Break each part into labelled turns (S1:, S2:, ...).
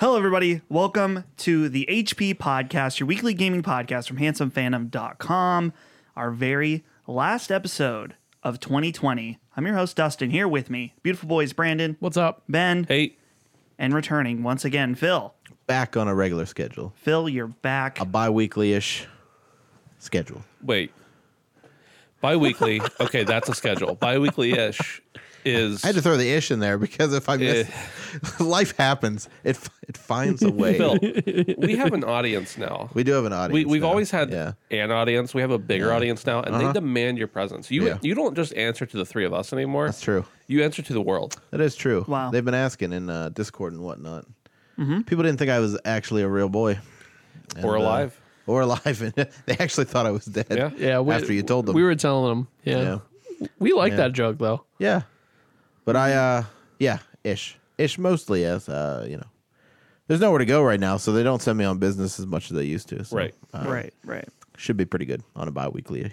S1: Hello, everybody. Welcome to the HP Podcast, your weekly gaming podcast from handsomephantom.com. Our very last episode of 2020. I'm your host, Dustin, here with me. Beautiful boys, Brandon,
S2: What's up?
S1: Ben,
S3: Hey,
S1: and returning once again, Phil.
S4: back on a regular schedule,
S1: Phil, you're back.
S4: a bi weekly ish schedule.
S3: wait. Bi-weekly. okay, that's a schedule. Bi-weekly-ish is
S4: I had to throw the ish in there because if I miss, life happens. It it finds a way.
S3: Phil. we have an audience now.
S4: we do have an
S3: We,
S4: audience.
S3: we've
S4: now.
S3: always had
S4: Yeah. Uh-huh.
S3: an audience. We have a bigger audience now, and they demand your presence. You
S4: Yeah.
S3: you don't just answer to the three of us anymore.
S4: That's true.
S3: You answer to the world.
S4: That is true.
S1: Wow.
S4: They've been asking in uh, Discord and whatnot. People didn't think I was actually a real boy. And,
S3: Or
S4: uh,
S3: alive.
S4: or alive. And they actually thought I was dead.
S3: Yeah.
S2: Yeah, we,
S4: After you told them.
S2: we were telling them. Yeah, we like that joke though.
S4: Yeah. But I uh yeah, ish. Ish mostly as uh, you know. There's nowhere to go right now, so they don't send me on business as much as they used to. So,
S3: Right.
S4: Uh,
S1: right, right.
S4: Should be pretty good on a bi weekly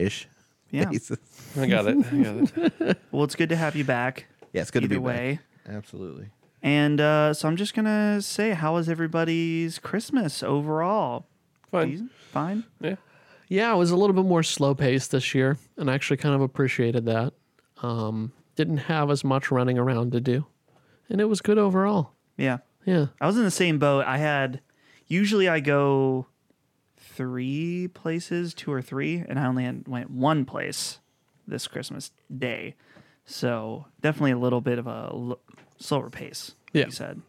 S4: ish
S1: Yeah.
S4: basis.
S3: I got it. I got it.
S1: Well, it's good to have you back.
S4: Yeah, it's good
S1: either
S4: to be
S1: way.
S4: Back. Absolutely.
S1: And uh, so I'm just going to say, how was everybody's Christmas overall?
S3: Fine.
S1: Fine?
S3: Yeah.
S2: Yeah, it was a little bit more slow paced this year, and I actually kind of appreciated that. Um, didn't have as much running around to do, and it was good overall.
S1: Yeah.
S2: Yeah,
S1: I was in the same boat. I had usually I go three places, two or three, and I only had, went one place this Christmas day. So definitely a little bit of a l- slower pace.
S2: Yeah.
S1: you said.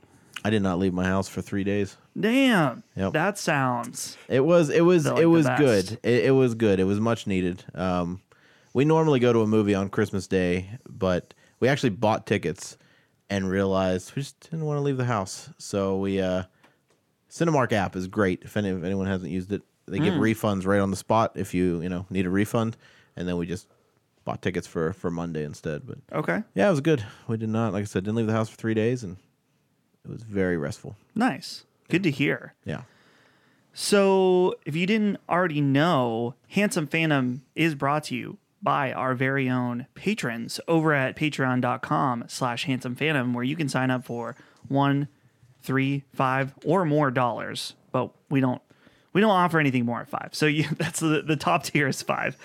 S4: I did not leave my house for three days.
S1: Damn,
S4: Yep.
S1: that sounds
S4: It was it was
S1: They're like
S4: it
S1: the
S4: was
S1: best.
S4: good. It, it was good. It was much needed. Um, we normally go to a movie on Christmas Day, but we actually bought tickets and realized we just didn't want to leave the house. So we uh, Cinemark app is great. If, any, if anyone hasn't used it, they give
S1: Hmm.
S4: refunds right on the spot if you you know need a refund. And then we just bought tickets for for Monday instead. But
S1: okay.
S4: yeah, it was good. We did not like I said didn't leave the house for three days, and it was very restful.
S1: Nice, good to hear.
S4: Yeah.
S1: So, if you didn't already know, Handsome Phantom is brought to you by our very own patrons over at patreon.com slash handsome phantom where you can sign up for one three five or more dollars but we don't we don't offer anything more at five so you, that's the, the top tier is five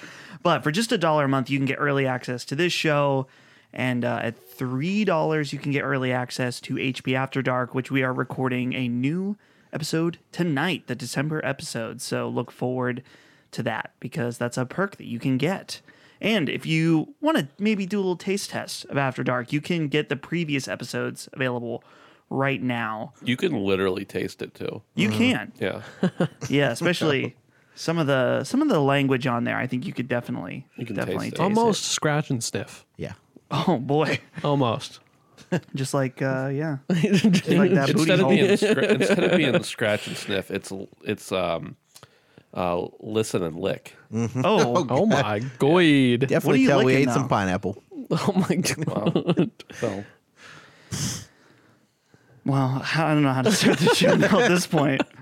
S1: but for just a dollar a month you can get early access to this show and uh, at three dollars you can get early access to hp after dark which we are recording a new episode tonight, the December episode. So look forward to that because that's a perk that you can get. And if you want to maybe do a little taste test of After Dark, you can get the previous episodes available right now.
S3: You can literally taste it too.
S1: You can.
S3: Yeah.
S1: Yeah, especially some of the some of the language on there. I think you could definitely you
S3: can
S1: definitely
S3: taste it.
S1: taste, it.
S2: almost scratch and sniff.
S4: Yeah.
S1: Oh boy.
S2: Almost.
S1: Just like uh yeah. Just like that booty
S3: instead of
S1: hole.
S3: being scr- instead of being scratch and sniff, it's it's um uh listen and lick.
S4: Mm.
S1: oh,
S2: Oh my goid.
S1: are
S4: Definitely
S1: you
S4: tell we
S1: licking,
S4: ate
S1: though?
S4: some pineapple.
S2: Oh my god.
S3: So
S1: Well, I don't know how to start the show now at this point.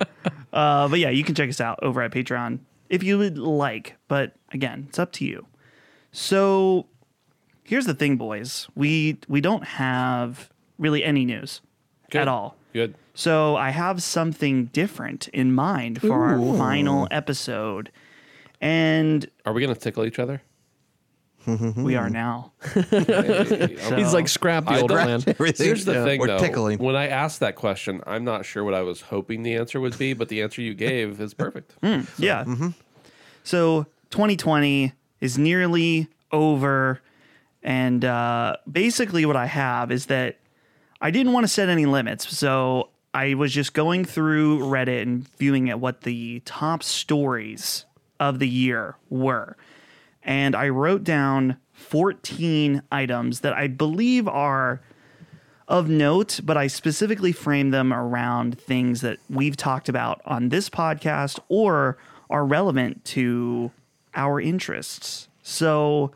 S1: Uh, but yeah, you can check us out over at Patreon if you would like. But again, it's up to you. So here's the thing, boys. We we don't have really any news at
S3: Good.
S1: all.
S3: good.
S1: So I have something different in mind for our final episode. And
S3: Are we gonna tickle each other?
S1: we are now.
S3: Hey, I'm-
S2: He's like scrap the old plan.
S4: Everything.
S3: Here's the
S4: Yeah.
S3: thing,
S4: We're
S3: though.
S4: tickling.
S3: When I asked that question, I'm not sure what I was hoping the answer would be, but the answer you gave is perfect.
S4: Hmm.
S1: yeah. mm-hmm. So 2020 is nearly over. And uh, basically, what I have is that I didn't want to set any limits. So I was just going through Reddit and viewing at what the top stories of the year were. And I wrote down 14 items that I believe are of note, but I specifically frame them around things that we've talked about on this podcast or are relevant to our interests. So,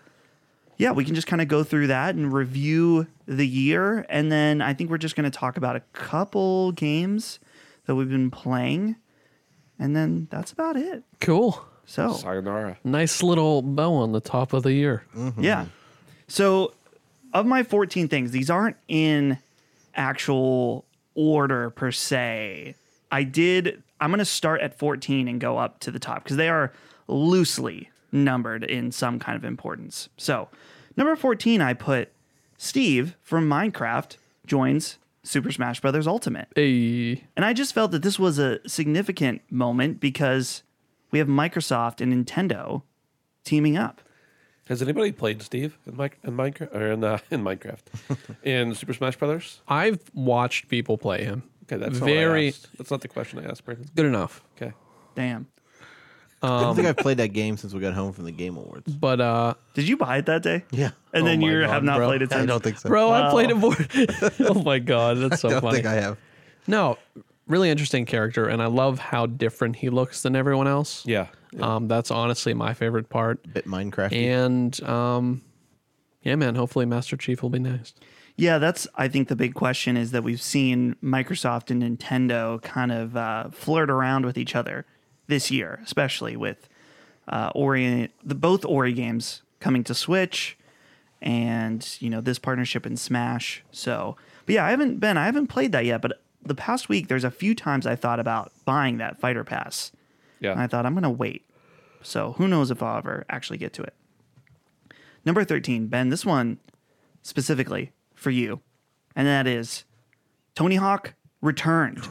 S1: yeah, we can just kind of go through that and review the year. And then I think we're just going to talk about a couple games that we've been playing. And then that's about it.
S2: Cool.
S1: So,
S3: Sayonara.
S2: Nice little bow on the top of the year.
S1: Yeah. So, of my 14 things, these aren't in actual order per se. I did, I'm going to start at 14 and go up to the top because they are loosely numbered in some kind of importance. So, number 14, I put Steve from Minecraft joins Super Smash Brothers Ultimate.
S2: Hey.
S1: And I just felt that this was a significant moment because we have Microsoft and Nintendo teaming up.
S3: Has anybody played Steve in, Mi- in Minecraft or in, uh, in Minecraft in Super Smash Brothers?
S2: I've watched people play him.
S3: Okay, that's not what I
S2: very
S3: asked. That's not the question I asked, Brandon.
S2: good enough.
S3: Okay,
S1: Damn.
S4: I don't think I've played that game since we got home from the Game Awards.
S2: But uh
S1: Did you buy it that day?
S4: Yeah. Oh
S1: And then
S2: my
S1: you
S2: God,
S1: have not
S2: bro.
S1: played it since.
S4: I don't think so.
S2: Bro, I
S1: Wow.
S2: played it more. oh my god, that's so
S4: I don't
S2: funny.
S4: think I have.
S2: no, really interesting character, and I love how different he looks than everyone else.
S3: yeah,
S2: Um, that's honestly my favorite part.
S4: Bit Minecraft.
S2: And um, yeah, man, hopefully Master Chief will be next.
S1: Yeah, that's I think the big question is that we've seen Microsoft and Nintendo kind of uh, flirt around with each other this year, especially with uh, Ori the both Ori games coming to Switch, and you know this partnership in Smash. So, but yeah, I haven't been I haven't played that yet, but the past week there's a few times I thought about buying that fighter pass. And I
S3: yeah.
S1: thought, I'm going to wait. So who knows if I'll ever actually get to it. Number 13, Ben, this one specifically for you. And that is Tony Hawk Returned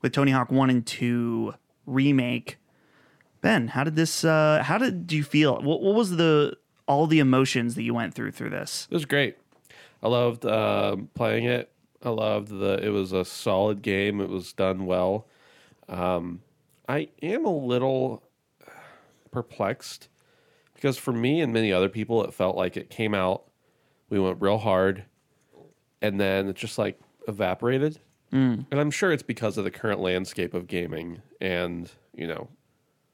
S1: with Tony Hawk 1 and 2 remake. Ben, how did this, uh, how did you feel? What, what was the, all the emotions that you went through through this?
S3: It was great. I loved um playing it. I loved the. It was a solid game. It was done well. Um, I am a little perplexed because for me and many other people, it felt like it came out. We went real hard, and then it just like evaporated. And I'm sure it's because of the current landscape of gaming, and you know,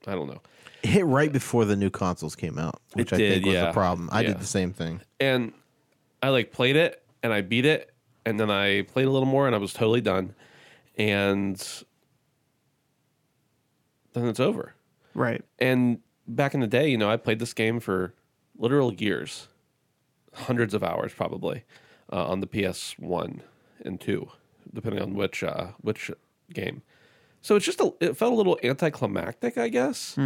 S3: I don't know.
S4: It hit right before the new consoles came out, which I
S3: did,
S4: think was
S3: yeah.
S4: the problem. I
S3: Yeah.
S4: did the same thing.
S3: and I like played it and I beat it and then I played a little more and I was totally done and then it's over.
S1: Right.
S3: And back in the day, you know, I played this game for literal years, hundreds of hours probably, uh, on the PS one and two, depending on which uh, which game. So it's just a, it felt a little anticlimactic, I guess.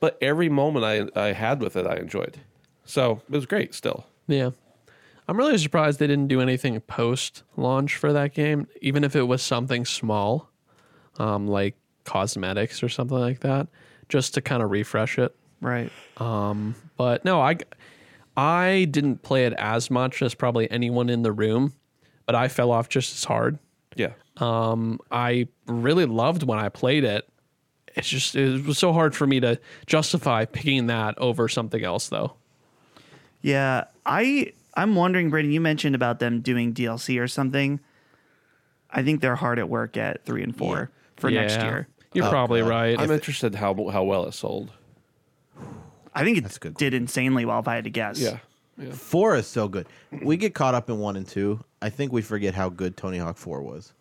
S3: But every moment I I had with it, I enjoyed. So it was great. Still,
S2: Yeah. I'm really surprised they didn't do anything post launch for that game, even if it was something small, um, like cosmetics or something like that, just to kind of refresh it.
S1: Right.
S2: But no, I, I didn't play it as much as probably anyone in the room, but I fell off just as hard.
S3: yeah.
S2: I really loved when I played it. It's just it was so hard for me to justify picking that over something else though.
S1: Yeah, I I'm wondering, Brandon. You mentioned about them doing DLC or something. I think they're hard at work at three and four for next
S2: Yeah.
S1: year.
S2: You're probably
S4: God.
S2: right.
S3: I'm interested how how well it sold.
S1: I think it
S4: a good
S1: did insanely well, if I had to guess.
S4: Four is so good. We get caught up in one and two. I think we forget how good Tony Hawk Four was.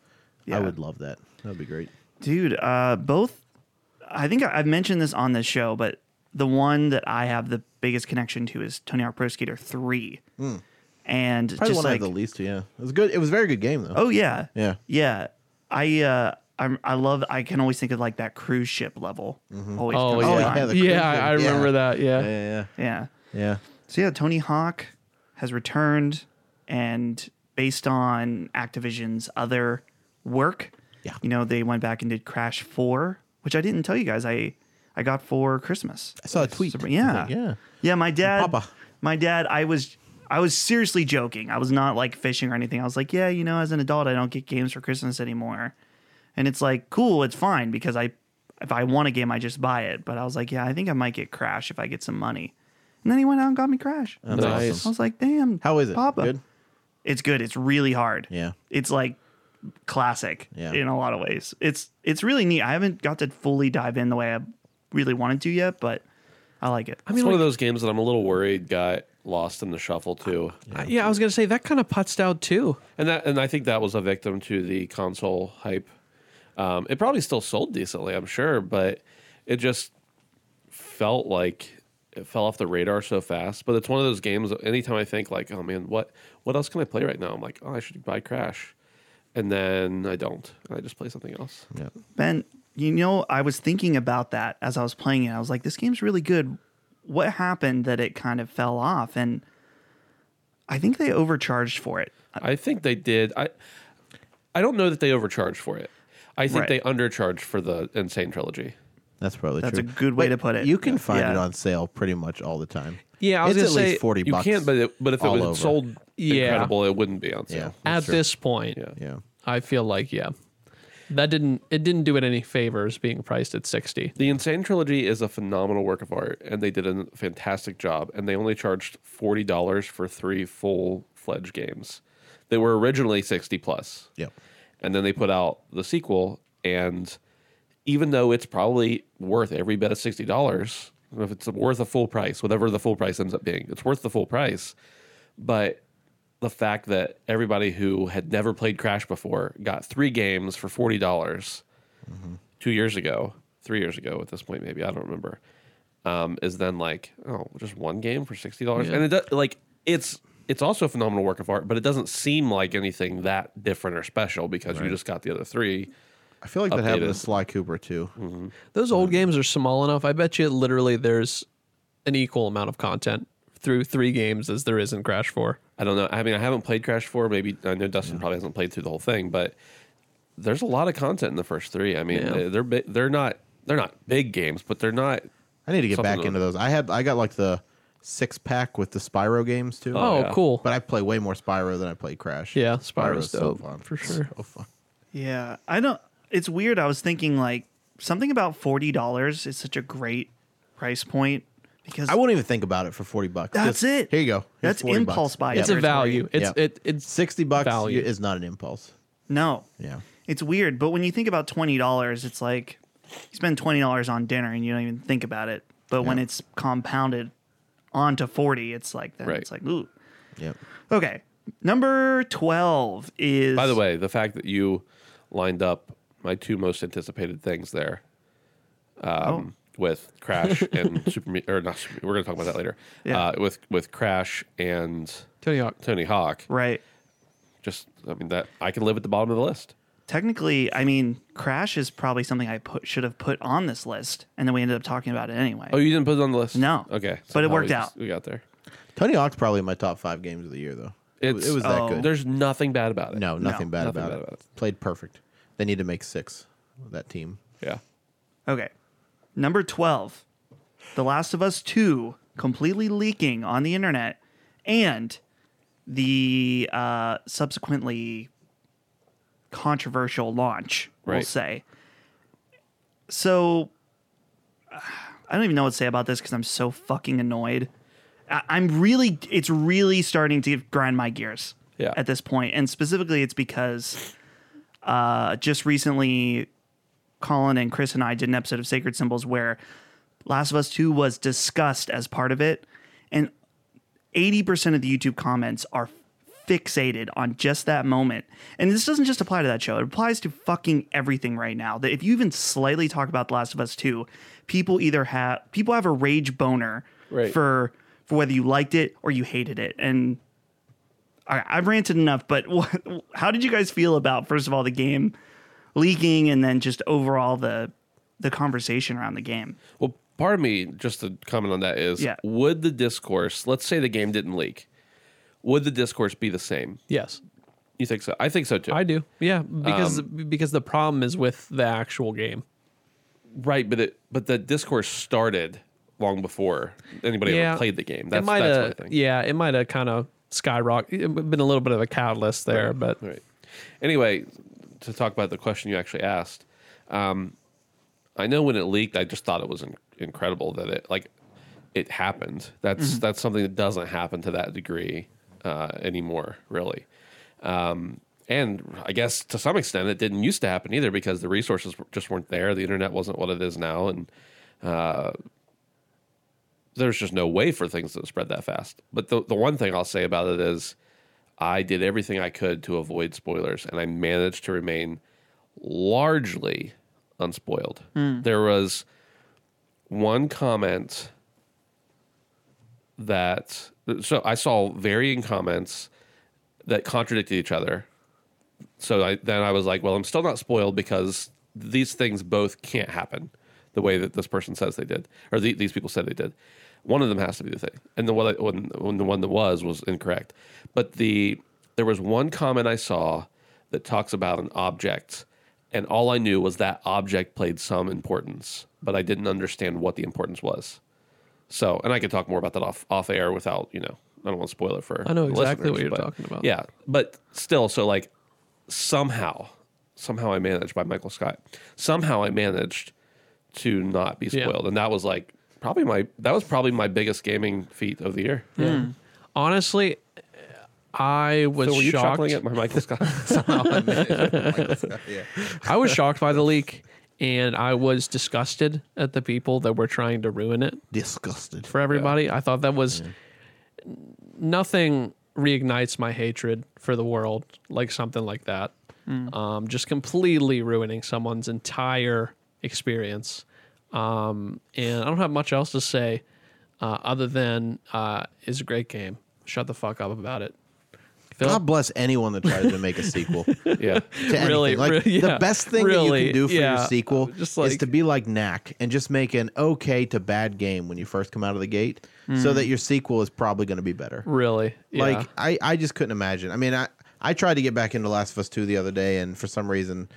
S1: Yeah.
S4: I would love that. That would be great.
S1: dude. Uh, both. I think I- I've mentioned this on this show, but the one that I have the biggest connection to is Tony Hawk Pro Skater Three, and
S4: Hmm. Probably the
S1: just
S4: one I
S1: like
S4: have the least. Yeah, it was good. It was a very good game though.
S1: oh yeah,
S4: Yeah.
S1: yeah. I uh, I'm, I love. I can always think of like that cruise ship level. Always
S2: Oh
S1: comes
S2: yeah,
S1: to
S4: Mm-hmm. yeah,
S1: mind.
S4: the
S2: yeah,
S4: cruise
S2: I, I
S4: ship. Yeah.
S2: remember that. Yeah.
S4: yeah, yeah,
S1: yeah.
S4: yeah.
S1: So yeah, Tony Hawk has returned, and based on Activision's other work,
S4: Yeah.
S1: you know, they went back and did Crash Four, which I didn't tell you guys I I got for Christmas.
S4: I saw a tweet.
S1: So, yeah,
S4: I think, yeah.
S1: yeah. My dad,
S4: Papa.
S1: my dad, I was. I was seriously joking. I was not like fishing or anything. I was like, yeah, you know, as an adult, I don't get games for Christmas anymore. And it's like, cool, it's fine because I, if I want a game, I just buy it. But I was like, yeah, I think I might get Crash if I get some money. And then he went out and got me Crash.
S4: That's
S3: Nice.
S1: I
S4: awesome.
S1: was like, damn.
S4: How is it?
S1: Papa.
S4: Good.
S1: It's good. It's really hard.
S4: Yeah.
S1: It's like classic
S4: Yeah.
S1: in a lot of ways. It's it's really neat. I haven't got to fully dive in the way I really wanted to yet, but I like it.
S3: it's one of those games that I'm a little worried got lost in the shuffle too,
S2: Uh, yeah, I was gonna say that kind of putzed out too.
S3: and that and I think that was a victim to the console hype. Um, it probably still sold decently, I'm sure, but it just felt like it fell off the radar so fast. But it's one of those games. that Anytime I think like, oh man, what what else can I play right now? I'm like, oh, I should buy Crash, and then I don't. I just play something else.
S4: Yeah.
S1: Ben, you know, I was thinking about that as I was playing it. I was like, this game's really good. What happened that it kind of fell off? And I think they overcharged for it.
S3: I think they did. I I don't know that they overcharged for it. I think
S1: Right.
S3: they undercharged for the Insane trilogy.
S4: That's probably
S1: That's
S4: true.
S1: a good way to put it.
S4: You can find
S1: Yeah.
S4: it on sale pretty much all the time.
S2: Yeah, I was
S4: it's at
S2: gonna say
S4: least forty
S3: You
S4: bucks.
S3: can't, but it, but if it
S4: all
S3: was
S4: over.
S3: sold
S2: Yeah.
S3: incredible, it wouldn't be on
S4: yeah,
S3: sale.
S2: At
S4: that's true.
S2: this point,
S3: Yeah.
S4: yeah,
S2: I feel like yeah, that didn't it didn't do it any favors being priced at sixty.
S3: The Insane trilogy is a phenomenal work of art, and they did a fantastic job. And they only charged forty dollars for three full fledged games. They were originally sixty plus.
S4: yeah,
S3: and then they put out the sequel and even though it's probably worth every bit of $60 if it's worth a full price whatever the full price ends up being it's worth the full price but the fact that everybody who had never played crash before got three games for $40 dollars two years ago three years ago at this point maybe i don't remember um, is then like oh just one game for $60 and it does, like it's it's also a phenomenal work of art but it doesn't seem like anything that different or special because you just got the other three
S4: I feel like that happened to
S3: Updated.
S4: Sly Cooper too.
S2: Mm-hmm. Those old games are small enough. I bet you literally there's an equal amount of content through three games as there is in Crash Four.
S3: I don't know. I mean, I haven't played Crash 4. Maybe I know Dustin probably hasn't played through the whole thing, but there's a lot of content in the first three. I mean,
S2: Yeah.
S3: they're bi- they're not they're not big games, but they're not.
S4: I need to get
S3: Something
S4: back
S3: to-
S4: into those. I had I got like the six pack with the Spyro games too.
S2: Oh,
S3: yeah.
S2: cool.
S4: But I play way more Spyro than I play Crash.
S2: Yeah, Spyro's dope,
S4: so fun
S2: for sure.
S4: So fun.
S1: Yeah, I don't. It's weird. I was thinking like something about forty dollars is such a great price point because
S4: I won't even think about it for forty bucks.
S1: That's
S4: Just,
S1: it.
S4: Here you go. Here's
S1: That's
S4: 40 bucks.
S1: impulse buy.
S2: it's a
S1: territory.
S2: value. It's
S4: Yeah.
S2: it it's
S4: Sixty bucks
S2: Value.
S4: is not an impulse.
S1: No,
S4: Yeah.
S1: it's weird. But when you think about twenty dollars, it's like you spend twenty dollars on dinner and you don't even think about it. But when
S4: Yeah.
S1: it's compounded onto forty, it's like that.
S3: Right.
S1: It's like ooh.
S4: Yep.
S1: Okay, number twelve is
S3: By the way, the fact that you lined up my two most anticipated things there um,
S1: Oh.
S3: with Crash and Super Me- or not Super, Me- we're going to talk about that later.
S1: Yeah.
S3: Uh, with with Crash and
S2: Tony Hawk.
S3: Tony Hawk,
S1: right.
S3: just I mean that I can live at the bottom of the list.
S1: Technically, I mean, Crash is probably something I put should have put on this list, and then we ended up talking about it anyway.
S3: Oh, you didn't put it on the list?
S1: No.
S3: Okay.
S1: But it
S3: somehow
S1: worked
S3: we just-
S1: out.
S3: We got there.
S4: Tony Hawk's probably in my top five games of the year though. It, was-
S3: It's-
S4: it was that
S1: oh.
S4: good.
S3: There's nothing bad about it.
S4: No, nothing, bad,
S3: nothing
S4: about
S3: bad
S4: it.
S3: about
S4: Played perfect. They need to make six. with That team.
S3: Yeah.
S1: Okay. Number 12, The Last of Us 2 completely leaking on the internet and the uh, subsequently controversial launch, we'll
S3: Right.
S1: say. So I don't even know what to say about this because I'm so fucking annoyed. I- I'm really, it's really starting to grind my gears
S3: Yeah.
S1: at this point. And specifically, it's because uh, just recently, Colin and Chris and I did an episode of Sacred Symbols where Last of Us 2 was discussed as part of it. And 80% of the YouTube comments are fixated on just that moment. And this doesn't just apply to that show, it applies to fucking everything right now. That if you even slightly talk about The Last of Us 2, people either have people have a rage boner
S3: Right.
S1: for for whether you liked it or you hated it. And I, I've ranted enough, but what, how did you guys feel about first of all the game leaking and then just overall the the conversation around the game?
S3: Well, part of me, just to comment on that, is
S1: Yeah.
S3: would the discourse, let's say the game didn't leak, would the discourse be the same?
S2: Yes,
S3: You think so? I think so too.
S2: I do. Yeah, because
S3: Um,
S2: because the problem is with the actual game.
S3: right, but it, but the discourse started long before anybody ever played the game. That's,
S2: it might
S3: that's what I
S2: have.
S3: think.
S2: Yeah, it might have kind of skyrocketed. Been a little bit of a catalyst there, but
S3: Right. Anyway, to talk about the question you actually asked, um, I know when it leaked, I just thought it was in- incredible that it like it happened. That's that's something that doesn't happen to that degree uh, anymore, really. Um, and I guess to some extent, it didn't used to happen either because the resources were- just weren't there. The internet wasn't what it is now, and uh, there's just no way for things to spread that fast. But the the one thing I'll say about it is, I did everything I could to avoid spoilers, and I managed to remain largely unspoiled. There was one comment that so I saw varying comments that contradicted each other. So I, then I was like, well, I'm still not spoiled because these things both can't happen the way that this person says they did, or the, these people said they did. One of them has to be the thing, and the one, that- when, when the one that was was incorrect. But the there was one comment I saw that talks about an object, and all I knew was that object played some importance, but I didn't understand what the importance was. So, and I could talk more about that off off air without you know I don't want to spoil it for
S2: I know
S3: the
S2: exactly what
S3: listeners,
S2: you're
S3: but-
S2: talking about.
S3: Yeah, but still, so like somehow somehow I managed by Michael Scott. Somehow I managed to not be
S2: Yeah.
S3: spoiled, and that was like probably my that was probably my biggest gaming feat of the year.
S2: Honestly, I was
S3: So were you
S2: shocked.
S3: chuckling at my Michael Scott?
S4: yeah.
S2: I was shocked by the leak, and I was disgusted at the people that were trying to ruin it.
S4: Disgusted.
S2: for everybody. I thought that was nothing reignites my hatred for the world like something like that.
S4: Hmm.
S2: Um, just completely ruining someone's entire experience. Um, and I don't have much else to say uh, other than uh, it's a great game. Shut the fuck up about it. Phil?
S4: God bless anyone that tries to make a sequel. to
S3: yeah,
S4: anything.
S2: Really,
S4: like
S2: re- yeah,
S4: the best thing that you
S2: really,
S4: can do for
S2: yeah. Uh,
S4: your sequel
S2: Just
S4: is
S2: like-
S4: to be like Knack and just make an okay to bad game when you first come out of the gate, so that your sequel is probably going to be better.
S2: really? Hmm. Yeah.
S4: Like I, I just couldn't imagine. I mean, I, I tried to get back into Last of Us Two the other day, and for some reason,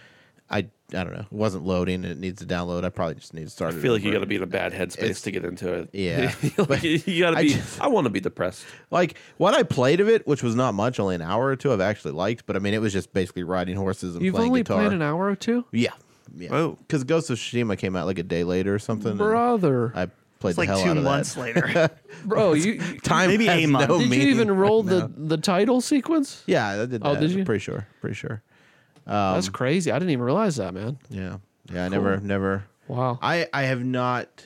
S4: I, I don't know, it wasn't loading. and It needs to download. I probably just need to start.
S3: I
S4: it
S3: feel like you
S4: over.
S3: got to be in a bad headspace to get into it.
S4: Yeah.
S3: like, you, got to
S4: I
S3: be.
S4: just-
S3: I want to be depressed.
S4: Like what I played of it, which was not much, only an hour or two. I've actually liked, but I mean, it was just basically riding horses and
S2: You've
S4: playing
S2: only
S4: guitar.
S2: played an hour or two?
S4: Yeah, yeah.
S1: Whoa.
S4: because Ghost of Tsushima came out like a day later or something. and
S2: Brother.
S4: I played
S1: It's
S4: the
S1: like
S4: hell
S1: two
S4: out of
S1: months
S4: that.
S1: later.
S2: Bro, you, you-
S4: Time
S1: Maybe
S4: has
S1: a month.
S4: Oh, no
S2: did you
S4: meaning
S2: even roll
S4: right
S2: the,
S4: now.
S2: the title sequence?
S4: Yeah, I did.
S2: Oh,
S4: that.
S2: did you?
S4: Pretty sure. Pretty sure. Um,
S2: That's crazy. I didn't even realize that, man.
S4: Yeah. Yeah, I never never
S2: Wow.
S4: I I have not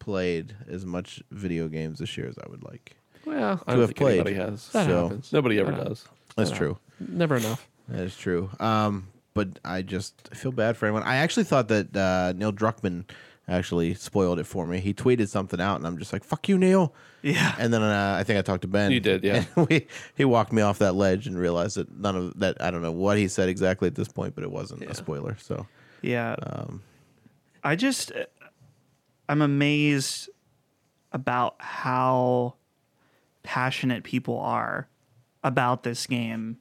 S4: played as much video games this year as I would like.
S2: Well,
S3: I
S4: To
S3: don't
S4: have
S3: think
S4: played.
S3: anybody has.
S2: That
S4: so
S2: happens.
S3: Nobody ever
S2: Uh,
S3: does.
S4: that's true.
S2: Never enough.
S4: That is true. Um but I just feel bad for anyone. I actually thought that uh, Neil Druckmann actually spoiled it for me. He tweeted something out and I'm just like, "Fuck you, Neil."
S1: yeah.
S4: And then uh, I think I talked to Ben.
S3: You did, yeah.
S4: And we, he walked me off that ledge and realized that none of that I don't know what he said exactly at this point, but it wasn't a spoiler. So
S1: Yeah.
S4: Um,
S1: I just, I'm amazed about how passionate people are about this game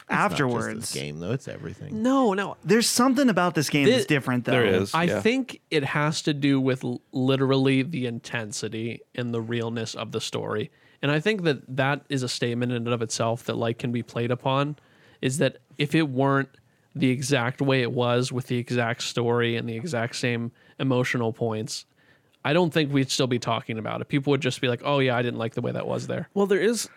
S4: it's not just this
S1: afterwards.
S4: game though, it's everything.
S2: No, no.
S1: There's something about this game
S2: Thi-
S1: that's different, though.
S3: There is.
S2: I
S3: yeah.
S2: think it has to do with l- literally the intensity and the realness of the story. And I think that that is a statement in and of itself that like can be played upon is that if it weren't the exact way it was with the exact story and the exact same emotional points, I don't think we'd still be talking about it. People would just be like, "Oh yeah, I didn't like the way that was there."
S3: Well, there is.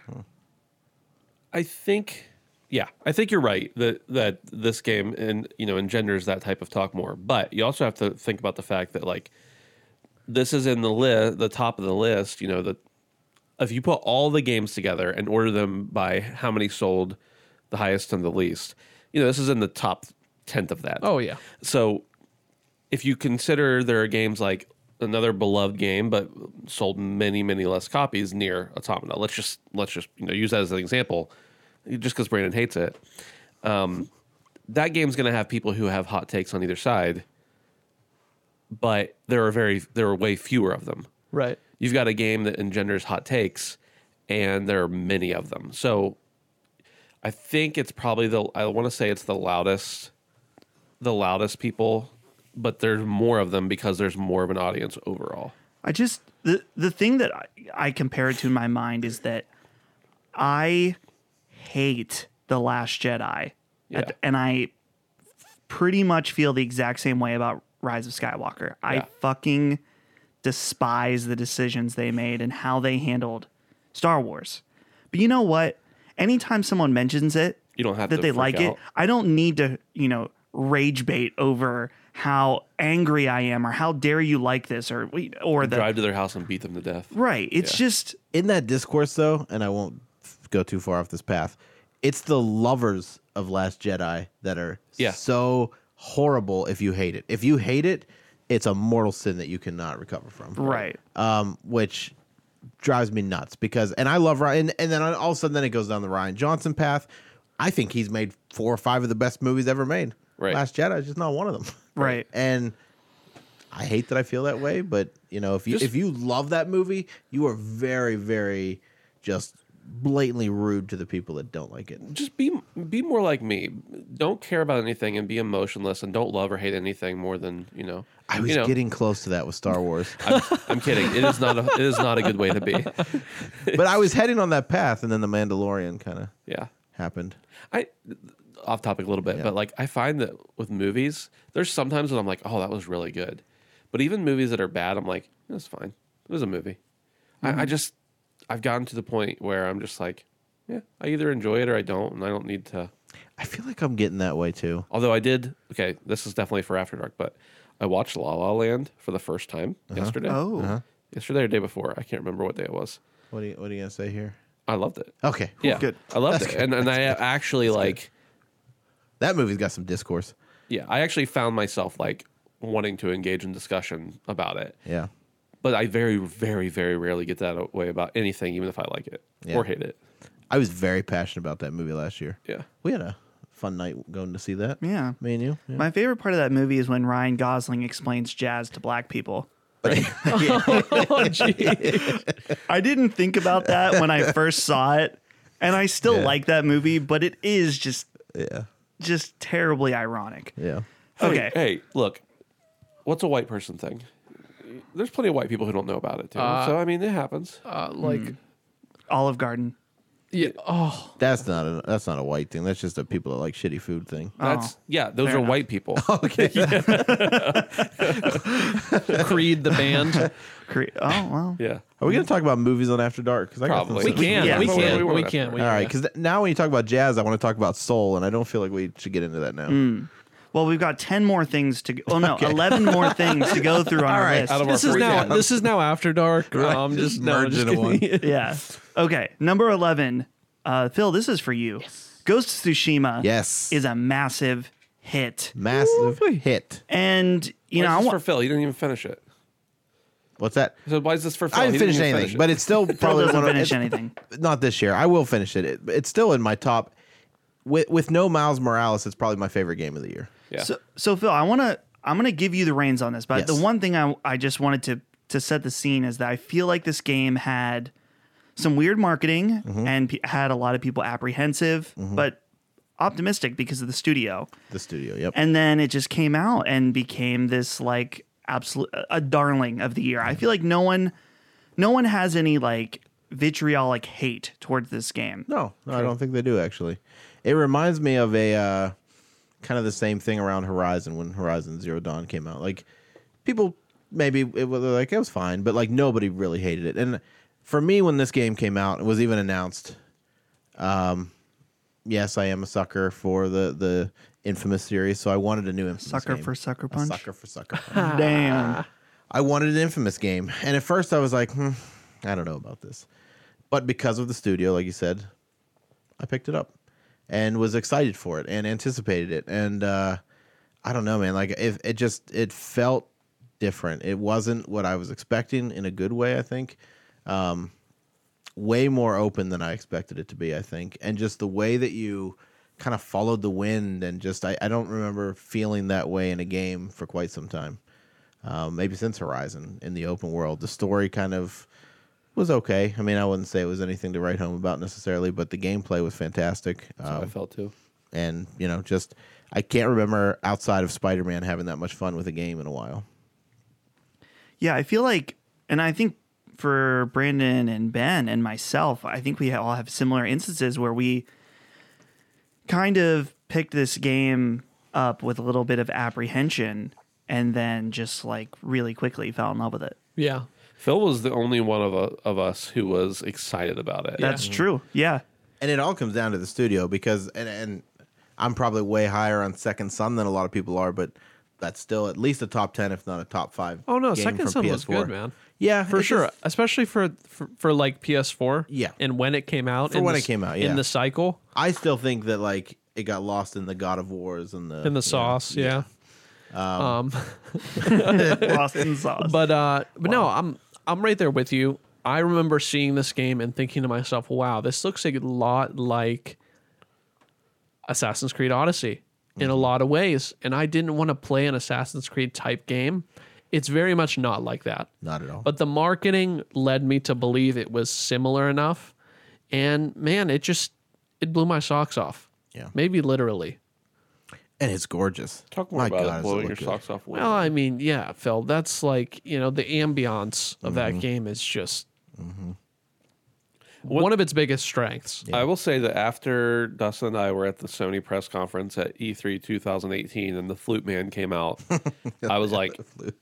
S3: I think, yeah, I think you're right that that this game and you know engenders that type of talk more. But you also have to think about the fact that like this is in the list, the top of the list. You know that if you put all the games together and order them by how many sold, the highest and the least. You know this is in the top tenth of that.
S2: Oh yeah.
S3: So if you consider there are games like another beloved game but sold many many less copies near automata let's just let's just you know use that as an example just because brandon hates it um, that game's going to have people who have hot takes on either side but there are very there are way fewer of them
S2: Right.
S3: you've got a game that engenders hot takes and there are many of them so i think it's probably the i want to say it's the loudest the loudest people but there's more of them because there's more of an audience overall
S1: I just the the thing that I, I compare it to in my mind is that I hate the Last Jedi,
S3: Yeah.
S1: and I pretty much feel the exact same way about Rise of Skywalker. I
S3: Yeah.
S1: fucking despise the decisions they made and how they handled Star Wars. But you know what? Anytime someone mentions it,
S3: You don't have
S1: that
S3: to
S1: they
S3: freak
S1: like it.
S3: out.
S1: I don't need to, you know, rage bait over how angry I am or how dare you like this or or the
S3: Drive to their house and beat them to death.
S1: right. It's just
S4: in that discourse though, and I won't f- go too far off this path. It's the lovers of Last Jedi that are
S3: Yeah.
S4: so horrible if you hate it. If you hate it, it's a mortal sin that you cannot recover from.
S1: right.
S4: Um, which drives me nuts because and I love Ryan and, and then all of a sudden then it goes down the Ryan Johnson path. I think he's made four or five of the best movies ever made.
S3: Right.
S4: Last Jedi is just not one of them.
S1: Right.
S4: And I hate that I feel that way, but you know, if you
S3: Just-
S4: if you love that movie, you are very, very just blatantly rude to the people that don't like it.
S3: Just be be more like me. Don't care about anything and be emotionless and don't love or hate anything more than you know.
S4: I
S3: you
S4: was
S3: know,
S4: getting close to that with Star Wars.
S3: I'm, I'm kidding. It is not a it is not a good way to be.
S4: but I was heading on that path and then the Mandalorian kinda
S3: Yeah.
S4: happened.
S3: I off topic a little bit, but like I find that with movies, there's sometimes when I'm like, oh, that was really good, but even movies that are bad, I'm like, it was fine. It was a movie.
S1: Mm-hmm.
S3: I, I just I've gotten to the point where I'm just like, yeah, I either enjoy it or I don't, and I don't need to.
S4: I feel like I'm getting that way too.
S3: Although I did, okay, this is definitely for After Dark, but I watched La La Land for the first time yesterday.
S1: Oh.
S3: yesterday or day before, I can't remember what day it was.
S4: What are you what are you gonna say here?
S3: I loved it.
S4: Okay.
S3: yeah,
S1: good.
S3: I loved it, and and I actually like.
S4: That movie's got some discourse.
S3: yeah i actually found myself like wanting to engage in discussion about it
S4: Yeah.
S3: but i very very very rarely get that way about anything even if i like it
S4: Yeah.
S3: or hate it
S4: I was very passionate about that movie last year.
S3: yeah
S4: We had a fun night going to see that.
S1: Yeah.
S4: Me and you. Yeah.
S1: My favorite part of that movie is when Ryan Gosling explains jazz to black people.
S2: Oh, gee.
S1: I didn't think about that when I first saw it, and I still
S4: Yeah.
S1: like that movie, but it is just
S4: yeah.
S1: just terribly ironic.
S4: Yeah.
S1: Okay.
S3: hey, hey, look what's a white person thing there's plenty of white people who don't know about it too so i mean it happens
S1: oh.
S2: Uh, like,
S3: Mm.
S1: Olive Garden.
S2: yeah. Oh,
S4: That's not a that's not a white thing. That's just a people that like shitty food thing.
S3: that's yeah those are
S1: fair enough.
S3: white people
S4: Oh,
S2: Creed the band.
S1: Cre- Oh well.
S3: yeah
S4: Are we gonna talk about movies on After Dark? Because I got some
S3: Probably.
S4: stuff.
S3: We
S2: Can
S1: Yeah.
S2: we
S1: Well,
S3: we
S2: can
S3: were
S2: we
S3: not
S2: can
S3: there.
S2: we,
S4: All right,
S2: yeah.
S4: because now when you talk about jazz, I want to talk about soul, and I don't feel like we should get into that now.
S2: Mm.
S1: Well, we've got ten more things to. Oh no, eleven more things to go through on our
S4: right.
S1: list.
S3: Out of our
S2: this is
S3: free
S2: now
S3: time.
S2: this is now after dark. Um,
S4: just
S2: just, no,
S4: merge
S2: just
S4: into one.
S2: kidding.
S1: yeah. Okay. Number eleven. Uh, Phil, this is for you. Ghost of Tsushima.
S4: Yes.
S1: Is a massive hit,
S4: Massive
S2: Woo-wee.
S4: hit.
S1: and you
S3: Why
S1: know I
S3: is this
S1: want
S3: for phil you didn't even finish it
S4: What's that?
S3: so why is this for phil
S4: I
S3: He
S4: didn't finish
S3: even
S4: anything,
S3: it.
S4: but it's still
S1: Phil
S4: probably
S1: doesn't
S4: one of,
S1: finish
S4: it's-
S1: anything.
S4: Not this year. I will finish it. it. It's still in my top. With with no Miles Morales, it's probably my favorite game of the year.
S3: yeah
S1: So, so Phil, I want to I'm going to give you the reins on this, but
S4: Yes.
S1: the one thing I I just wanted to to set the scene is that I feel like this game had some weird marketing
S4: Mm-hmm.
S1: and pe- had a lot of people apprehensive, but optimistic because of the studio.
S4: The studio. Yep.
S1: And then it just came out and became this like absolute a darling of the year. I feel like no one no one has any like vitriolic hate towards this game.
S4: No, no, I don't think they do actually. It reminds me of a uh, kind of the same thing around Horizon when Horizon Zero Dawn came out. Like people maybe it was like it was fine, but like nobody really hated it. And for me, when this game came out, it was even announced. Um, yes, I am a sucker for the the infamous series, so I wanted a new infamous
S1: Sucker
S4: game.
S1: for Sucker
S4: A
S1: Punch.
S4: sucker for sucker punch.
S1: Damn.
S4: I wanted an Infamous game, and at first I was like, hmm, I don't know about this, but because of the studio, like you said, I picked it up and was excited for it and anticipated it, and uh, I don't know, man, like if it just it felt different. It wasn't what I was expecting in a good way. I think way more open than I expected it to be, I think. And just the way that you kind of followed the wind and just I, I don't remember feeling that way in a game for quite some time. Um, maybe since Horizon in the open world. The story kind of was okay. I mean, I wouldn't say it was anything to write home about necessarily, but the gameplay was fantastic.
S3: That's how
S4: Um,
S3: i felt too
S4: and, you know, just I can't remember outside of Spider Man having that much fun with a game in a while.
S1: Yeah, I feel like, and I think for Brandon and Ben and myself, I think we all have similar instances where we kind of picked this game up with a little bit of apprehension and then just like really quickly fell in love with it.
S2: Yeah.
S3: Phil was the only one of, uh, of us who was excited about it.
S1: That's true. Yeah.
S4: and it all comes down to the studio because and, and I'm probably way higher on Second Son than a lot of people are, but that's still at least a top ten, if not a top five.
S2: Oh no,
S4: game
S2: Second
S4: from
S2: Son was
S4: PS4.
S2: good, man.
S4: Yeah,
S2: for
S4: it's
S2: sure,
S4: just-
S2: especially for, for for like PS4.
S4: Yeah.
S2: and when it came out.
S4: For
S2: in
S4: when
S2: the
S4: it
S2: s-
S4: came out,
S2: in
S4: yeah.
S2: the cycle,
S4: I still think that like it got lost in the God of Wars and the
S2: in the
S4: you know,
S2: sauce. Yeah. Um,
S1: Lost in sauce.
S2: but uh, but no, I'm I'm right there with you. I remember seeing this game and thinking to myself, "Wow, this looks a lot like Assassin's Creed Odyssey in
S4: Mm-hmm.
S2: a lot of ways." And I didn't want to play an Assassin's Creed type game. It's very much not like that.
S4: Not at all.
S2: But the marketing led me to believe it was similar enough. And man, it just it blew my socks off.
S4: Yeah.
S2: Maybe literally.
S4: and it's gorgeous.
S3: Talk more
S4: My
S3: about
S4: God,
S3: it
S4: does
S3: blowing
S4: look
S3: your
S4: good.
S3: socks off.
S2: Well, I mean, yeah, Phil, that's like, you know, the ambiance of
S3: Mm-hmm.
S2: that game is just one of its biggest strengths.
S3: I will say that after Dustin and I were at the Sony press conference at E E3 2018 and the Flute Man came out, I was like,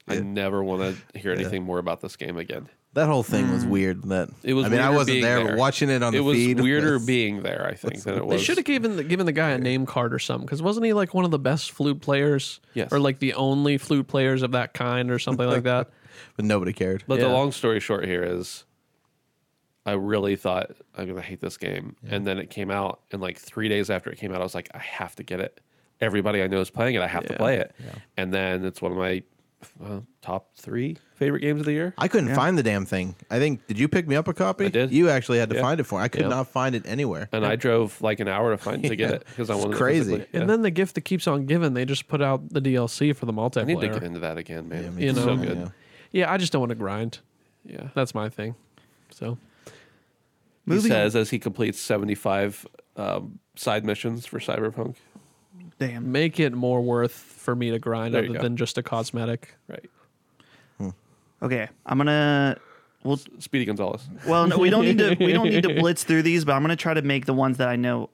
S3: I never want to hear anything more about this game again.
S4: That whole thing was weird. That
S3: It was.
S4: I mean, I
S3: weirder
S4: wasn't
S3: being
S4: there, but watching it on
S3: it
S4: the
S3: was
S4: feed.
S3: weirder
S4: was-
S3: being there, I think, than it
S2: They
S3: was.
S2: should have given the, given the guy a name card or something because wasn't he like one of the best flute players?
S3: Yes.
S2: Or like the only flute players of that kind or something like that.
S4: but nobody cared.
S3: But the
S2: Yeah.
S3: long story short here is, I really thought I'm gonna hate this game, and then it came out, and like three days after it came out, I was like, I have to get it. Everybody I know is playing it. I have to play it. And then it's one of my uh, top three favorite games of the year.
S4: I couldn't find the damn thing. I think did you pick me up a copy?
S3: I did.
S4: You actually had to
S3: Yeah.
S4: find it for. me. I could
S2: Yep.
S4: not find it anywhere.
S3: and I drove like an hour to find to get it because I
S4: It's
S3: wanted
S4: crazy.
S3: It physically.
S2: And
S3: Yeah.
S2: then the gift that keeps on giving, they just put out the DLC for the multiplayer.
S3: I need to get into that again, man.
S4: Yeah, me
S2: you
S3: It's
S2: know,
S3: so good.
S4: Yeah.
S2: Yeah, I just don't want to grind.
S3: Yeah.
S2: That's my thing. So
S3: He
S1: Moving-
S3: says as he completes 75 um, side missions for Cyberpunk.
S1: Damn.
S2: make it more worth for me to grind
S3: There you
S2: other
S3: go.
S2: than just a cosmetic.
S3: Right.
S1: Okay. I'm gonna. Well,
S3: Speedy Gonzalez.
S1: well, no, we don't need to. We don't need to blitz through these, but I'm gonna try to make the ones that I know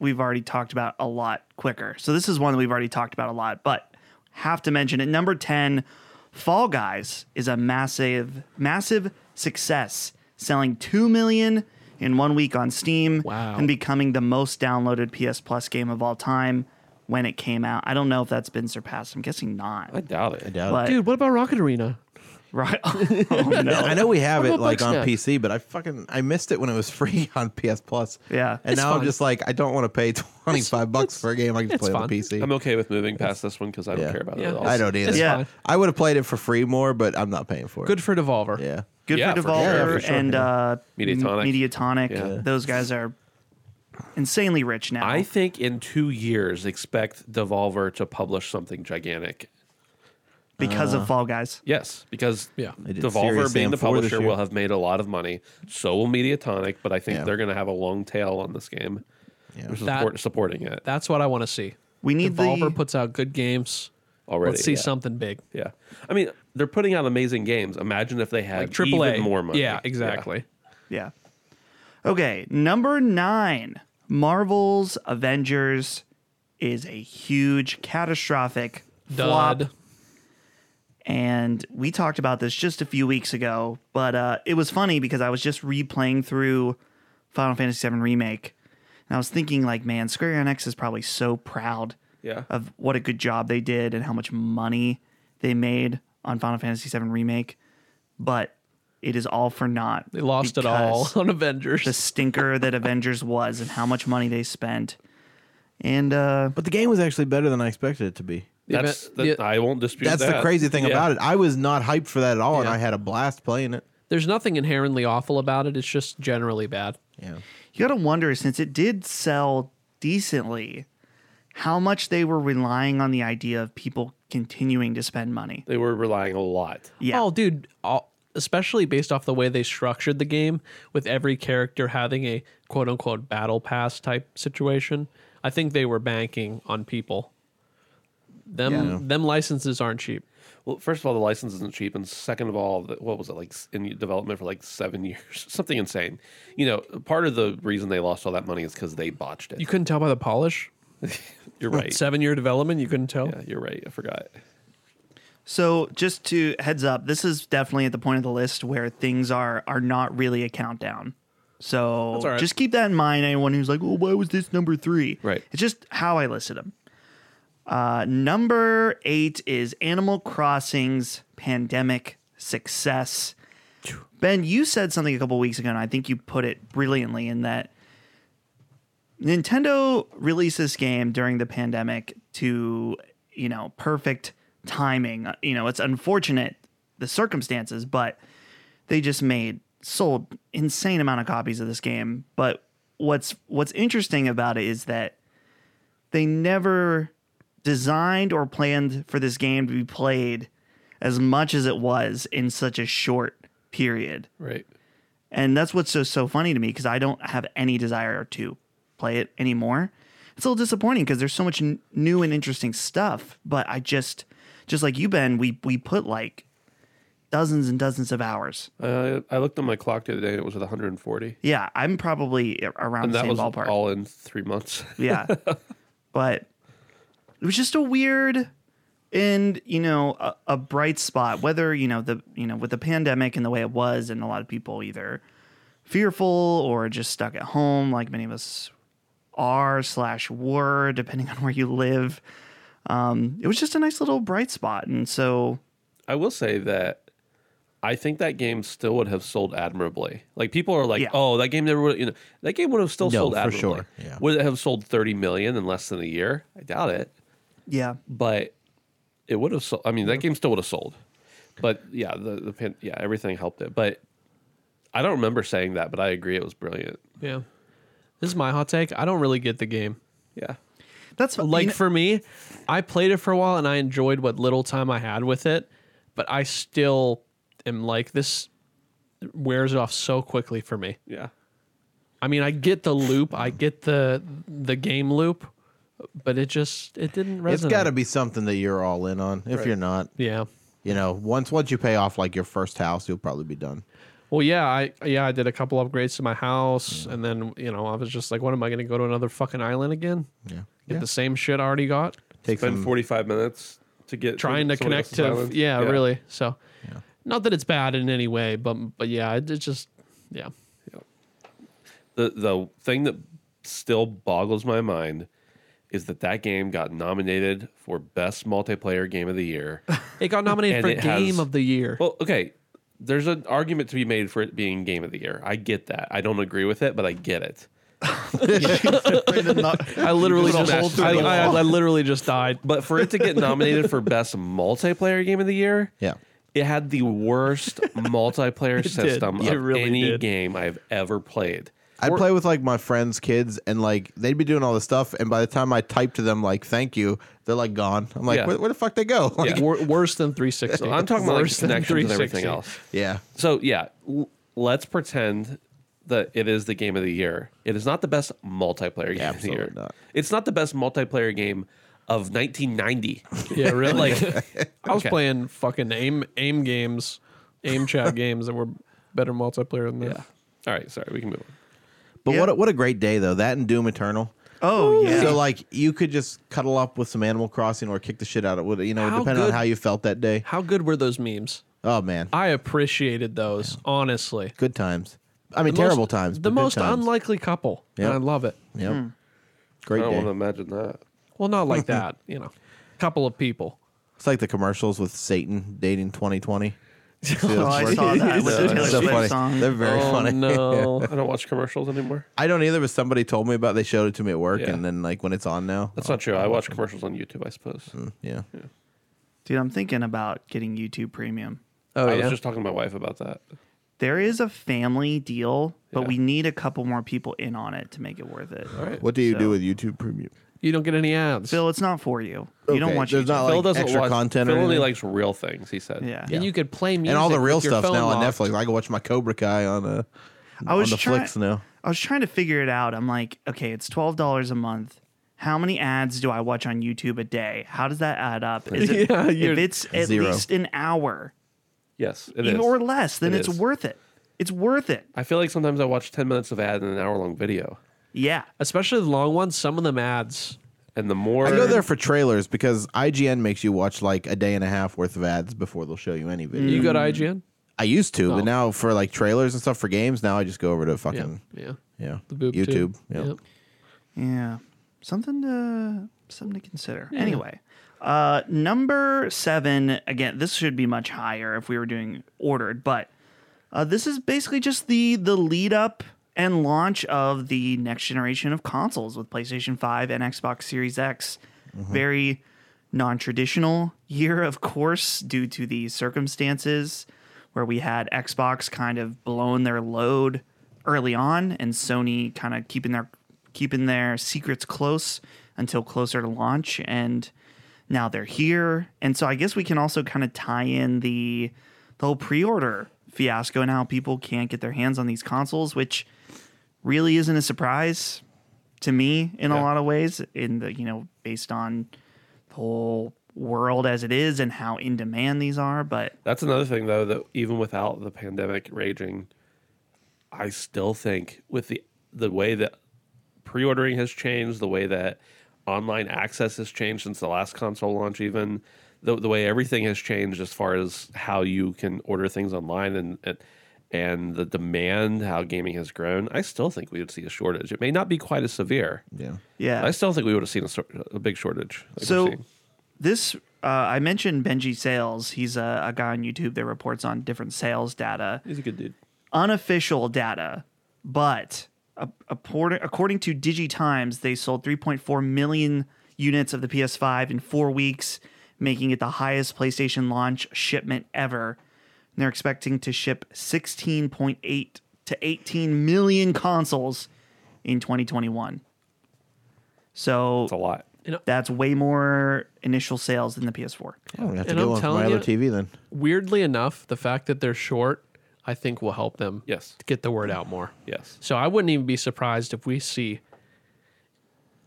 S1: we've already talked about a lot quicker. So this is one that we've already talked about a lot, but have to mention at number 10, Fall Guys is a massive, massive success, selling 2 million in one week on Steam
S2: Wow.
S1: and becoming the most downloaded PS Plus game of all time when it came out. I don't know if that's been surpassed. I'm guessing not.
S3: I doubt it.
S4: I doubt
S1: But
S4: it.
S2: Dude, what about Rocket Arena?
S1: right. Oh, no.
S4: I know we have
S2: What
S4: it
S2: about
S4: like on
S2: Bugsnax?
S4: PC, but I fucking I missed it when it was free on PS Plus.
S1: Yeah.
S4: and
S1: It's
S4: now I'm
S2: fine.
S4: just like I don't want to pay twenty five bucks for a game I can
S2: it's
S4: play on
S2: fine.
S4: the PC.
S3: I'm okay with moving past this one because I don't
S4: Yeah.
S3: care about
S2: Yeah.
S3: it at all.
S4: I don't either.
S2: It's
S1: Yeah.
S2: fine.
S4: I would have played it for free more, but I'm not paying for it.
S2: Good for Devolver.
S4: Yeah.
S1: Good
S3: Yeah,
S1: for
S3: for sure. Yeah,
S1: Devolver
S4: for sure,
S1: and
S4: yeah.
S1: uh,
S3: Mediatonic.
S1: Mediatonic.
S3: Yeah.
S1: Those guys are insanely rich now.
S3: I think in two years, expect Devolver to publish something gigantic.
S1: because
S3: uh.
S1: of Fall Guys.
S3: Yes, because
S2: Yeah.
S4: They did
S3: Devolver
S4: Serious
S3: being
S4: Sam
S3: the
S4: 4 this
S3: publisher
S4: year.
S3: will have made a lot of money. So will Mediatonic, but I think
S4: Yeah.
S3: they're going to have a long tail on this game, which is
S2: That-
S3: support, supporting it
S2: That's what I want to see.
S1: We need
S2: Devolver
S1: the
S2: puts out good games.
S3: already.
S2: Let's see
S3: yeah.
S2: something big.
S3: Yeah, I mean they're putting out amazing games. Imagine if they had
S2: Like triple A
S3: even more money.
S2: Yeah, exactly.
S1: yeah. Okay, number nine, Marvel's Avengers is a huge catastrophic flop,
S2: Dud.
S1: and we talked about this just a few weeks ago. But uh, it was funny because I was just replaying through Final Fantasy VII remake, and I was thinking like, man, Square Enix is probably so proud
S3: Yeah.
S1: of what a good job they did and how much money they made on Final Fantasy VII remake, but it is all for naught.
S2: They lost it all
S1: because
S2: on Avengers.
S1: The stinker that Avengers was and how much money they spent, and uh,
S4: But the game was actually better than I expected it to be.
S2: The
S3: That's
S2: event-
S3: that,
S2: the-
S3: I won't dispute.
S4: That's the
S3: that.
S4: crazy thing
S3: Yeah.
S4: about it. I was not hyped for that at all, and
S2: Yeah.
S4: I had a blast playing it.
S2: There's nothing inherently awful about it. It's just generally bad.
S4: Yeah.
S1: you gotta wonder since it did sell decently, how much they were relying on the idea of people continuing to spend money.
S3: They were relying a lot.
S1: Yeah.
S2: Oh, dude. All, especially based off the way they structured the game, with every character having a quote unquote battle pass type situation. I think they were banking on people. Them them licenses aren't cheap.
S3: Well, first of all, the license isn't cheap, and second of all, the, what was it like s- in development for like seven years? Something insane. You know, part of the reason they lost all that money is because they botched it.
S2: You couldn't tell by the polish.
S3: You, are right.
S2: Seven year development, you couldn't tell.
S3: Yeah, you're right. I forgot.
S1: So just to heads up, this is definitely at the point of the list where things are are not really a countdown. So
S2: That's all right.
S1: just keep that in mind. Anyone who's like, "Oh, why was this number three?
S3: Right.
S1: It's just how I listed them. Uh, number eight is Animal Crossing's pandemic success. Ben, you said something a couple weeks ago, and I think you put it brilliantly in that Nintendo released this game during the pandemic to, you know, perfect timing. Uh, You know, it's unfortunate the circumstances, but they just made sold insane amount of copies of this game. But what's what's interesting about it is that they never designed or planned for this game to be played as much as it was in such a short period.
S2: Right.
S1: And that's what's so so funny to me because I don't have any desire to play it anymore. It's a little disappointing because there's so much n- new and interesting stuff, but I just just like you Ben, we we put like dozens and dozens of hours.
S3: Uh, I looked on my clock the other day and it was at 140.
S1: Yeah, I'm probably a- around
S3: And
S1: the
S3: that
S1: same
S3: was
S1: ballpark.
S3: all in three months.
S1: yeah. but it was just a weird and you know a, a bright spot whether you know the you know with the pandemic and the way it was and a lot of people either fearful or just stuck at home like many of us are slash were depending on where you live um, it was just a nice little bright spot and so
S3: I will say that I think that game still would have sold admirably. Like people are like,
S1: Yeah.
S3: "Oh, that game never would." You know, that game would have still
S4: No,
S3: sold
S4: for
S3: admirably.
S4: sure, yeah.
S3: Would it have sold 30 million in less than a year? I doubt it.
S1: yeah
S3: But it would have sold. I mean, that game still would have sold. But yeah, the, the pan- yeah everything helped it. But I don't remember saying that, but I agree it was brilliant.
S2: Yeah. This is my hot take. I don't really get the game.
S3: Yeah,
S1: that's you
S2: Like
S1: know-
S2: for me, I played it for a while and I enjoyed what little time I had with it, but I still am like this wears off so quickly for me.
S3: yeah.
S2: I mean, I get the loop, I get the the game loop, but it just it didn't resonate.
S4: It's got to be something that you're all in on. If you're not,
S2: Yeah.
S4: you know, once once you pay off like your first house, you'll probably be done.
S2: Well, yeah, I yeah, I did a couple upgrades to my house, and then you know I was just like, what am I going to go to another fucking island again?
S4: Yeah,
S2: Get
S4: yeah.
S2: the same shit I already got.
S4: Take
S3: Spend
S4: some.
S3: 45 minutes to get
S2: Trying to
S3: someone
S2: connect
S3: else's
S2: to
S3: island.
S2: yeah, really. So, not that it's bad in any way, but but yeah, it, it just yeah.
S3: the the thing that still boggles my mind is that that game got nominated for best multiplayer game of the year.
S2: It got nominated
S3: And
S2: for
S3: it
S2: Game
S3: has-
S2: of the Year.
S3: well, okay, there's an argument to be made for it being game of the year. I get that. I don't agree with it, but I get it.
S2: I literally
S3: just
S2: just,
S3: rolled through
S2: I,
S3: the
S2: I,
S3: wall.
S2: I literally just died.
S3: But for it to get nominated for best multiplayer game of the year,
S4: Yeah.
S3: It had the worst multiplayer system
S2: It
S3: of
S2: really
S3: any
S2: did.
S3: game I've ever played.
S4: I'd play with like my friends' kids, and like they'd be doing all this stuff, and by the time I type to them like "thank you," they're like gone. I'm like,
S3: Yeah.
S4: where, where the fuck they go? Like,
S3: Yeah.
S4: yeah.
S2: Wor- worse than 360.
S3: I'm talking about like
S2: Worse than
S3: connections and everything
S2: 360.
S3: else. So yeah, l- let's pretend that it is the game of the year. It is not the best multiplayer game of the
S4: Absolutely
S3: year.
S4: not.
S3: It's not the best multiplayer game of 1990.
S2: Yeah, really.
S3: like
S2: I was
S3: Okay.
S2: playing fucking aim aim games, aim chat games that were better multiplayer than that.
S3: all right, sorry, we can move on.
S4: But
S1: Yeah.
S4: what a, what a great day though. That and Doom Eternal.
S1: oh yeah
S4: So like you could just cuddle up with some Animal Crossing or kick the shit out of it. You know,
S2: How
S4: depending
S2: good-
S4: on how you felt that day.
S2: How good were those memes?
S4: Oh man,
S2: I appreciated those, honestly.
S4: good times. I mean,
S2: The
S4: terrible
S2: most-
S4: times.
S2: The
S4: but good
S2: most Hmm.
S4: times.
S2: unlikely couple.
S4: Yep.
S2: And I love it.
S4: Yep.
S3: I
S4: Great
S3: don't
S4: day.
S3: want to imagine that.
S2: Well, not like that, you know. Couple of people.
S4: It's like the commercials with Satan dating 2020. See those
S1: Oh, I
S4: commercials?
S1: saw that with the
S4: They're
S1: Taylor
S4: so
S1: Swift
S4: funny.
S1: song.
S4: They're very
S2: oh,
S4: funny.
S2: no.
S3: I don't watch commercials anymore.
S4: I don't either, but somebody told me about. They showed it to me at work,
S3: Yeah.
S4: and then like when it's on now,
S3: That's not true. I watch commercials on YouTube, I suppose.
S4: yeah.
S1: dude i'm thinking about getting youtube premium
S4: Oh
S3: I was just talking to my wife about that.
S1: there is a family deal but
S3: Yeah.
S1: we need a couple more people in on it to make it worth it all
S4: what do you
S1: So-
S4: do with YouTube Premium?
S2: You don't get any ads.
S1: Phil, it's not for you. You don't
S4: Okay,
S1: watch
S4: there's
S1: YouTube.
S4: not
S3: Phil
S4: like
S3: doesn't
S4: extra
S3: watch
S4: content.
S3: Phil
S4: or
S3: only
S4: anything?
S3: likes real things. He said,
S1: yeah.
S2: And you could play music.
S4: and all the real
S2: with your
S4: stuff's
S2: phone
S4: now on
S2: locked.
S4: Netflix. I can watch my Cobra Kai on uh,
S1: I was
S4: on the
S1: try-
S4: flicks now.
S1: I was trying to figure it out. I'm like, okay, it's twelve dollars a month. How many ads do I watch on YouTube a day? How does that add up? Is it,
S2: Yeah, you're-
S1: if it's at
S4: Zero.
S1: least an hour
S3: "Yes, it is."
S1: even or less, then
S3: It
S1: it's
S3: is.
S1: worth it. It's worth it.
S3: I feel like sometimes I watch ten minutes of ad in an hour long video.
S1: Yeah.
S2: Especially the long ones, some of them ads.
S3: And the more
S4: I go there for trailers because IGN makes you watch like a day and a half worth of ads before they'll show you any
S1: Mm.
S4: video.
S2: You go to IGN?
S4: I used to,
S2: Oh.
S4: but now for like trailers and stuff for games, now I just go over to
S2: Yeah.
S4: fucking
S2: Yeah.
S4: yeah,
S2: The boob tube.
S4: YouTube. Yeah.
S2: Yep.
S1: Yeah, something to something to consider. Anyway, uh, number seven again. This should be much higher if we were doing ordered, but uh, this is basically just the the lead up and launch of the next generation of consoles with PlayStation Five and Xbox Series X. Very non traditional year, of course, due to the circumstances where we had Xbox kind of blowing their load early on and Sony kind of keeping their keeping their secrets close until closer to launch and now they're here. And so I guess we can also kind of tie in the the whole pre-order fiasco and how people can't get their hands on these consoles, which really isn't a surprise to me in a lot of ways in the you know based on the whole world as it is and how in demand these are but
S3: That's another thing, though, that even without the pandemic raging, I still think with the the way that pre-ordering has changed, the way that online access has changed since the last console launch, even the, the way everything has changed as far as how you can order things online and, and and the demand, how gaming has grown, I still think we would see a shortage. It may not be quite as severe.
S4: Yeah.
S1: yeah
S3: I still think we would have seen a, sor- a big shortage. like we're
S1: So
S3: seeing.
S1: this uh, I mentioned Benji Sales. He's a, a guy on YouTube that reports on different sales data,
S3: he's a good dude.
S1: unofficial data, but a- appor- according to DigiTimes, they sold 3.4 million units of the PS5 in four weeks, making it the highest PlayStation launch shipment ever. And they're expecting to ship 16.8 to 18 million consoles in 2021. So
S3: It's a lot.
S1: that's way more initial sales than the PS4.
S4: I'm gonna have to
S2: And
S4: get
S2: I'm
S4: one for my
S2: telling
S4: other TV then.
S2: Weirdly enough, the fact that they're short, I think will help them
S3: Yes.
S2: get the word out more.
S3: Yes.
S2: So I wouldn't even be surprised if we see,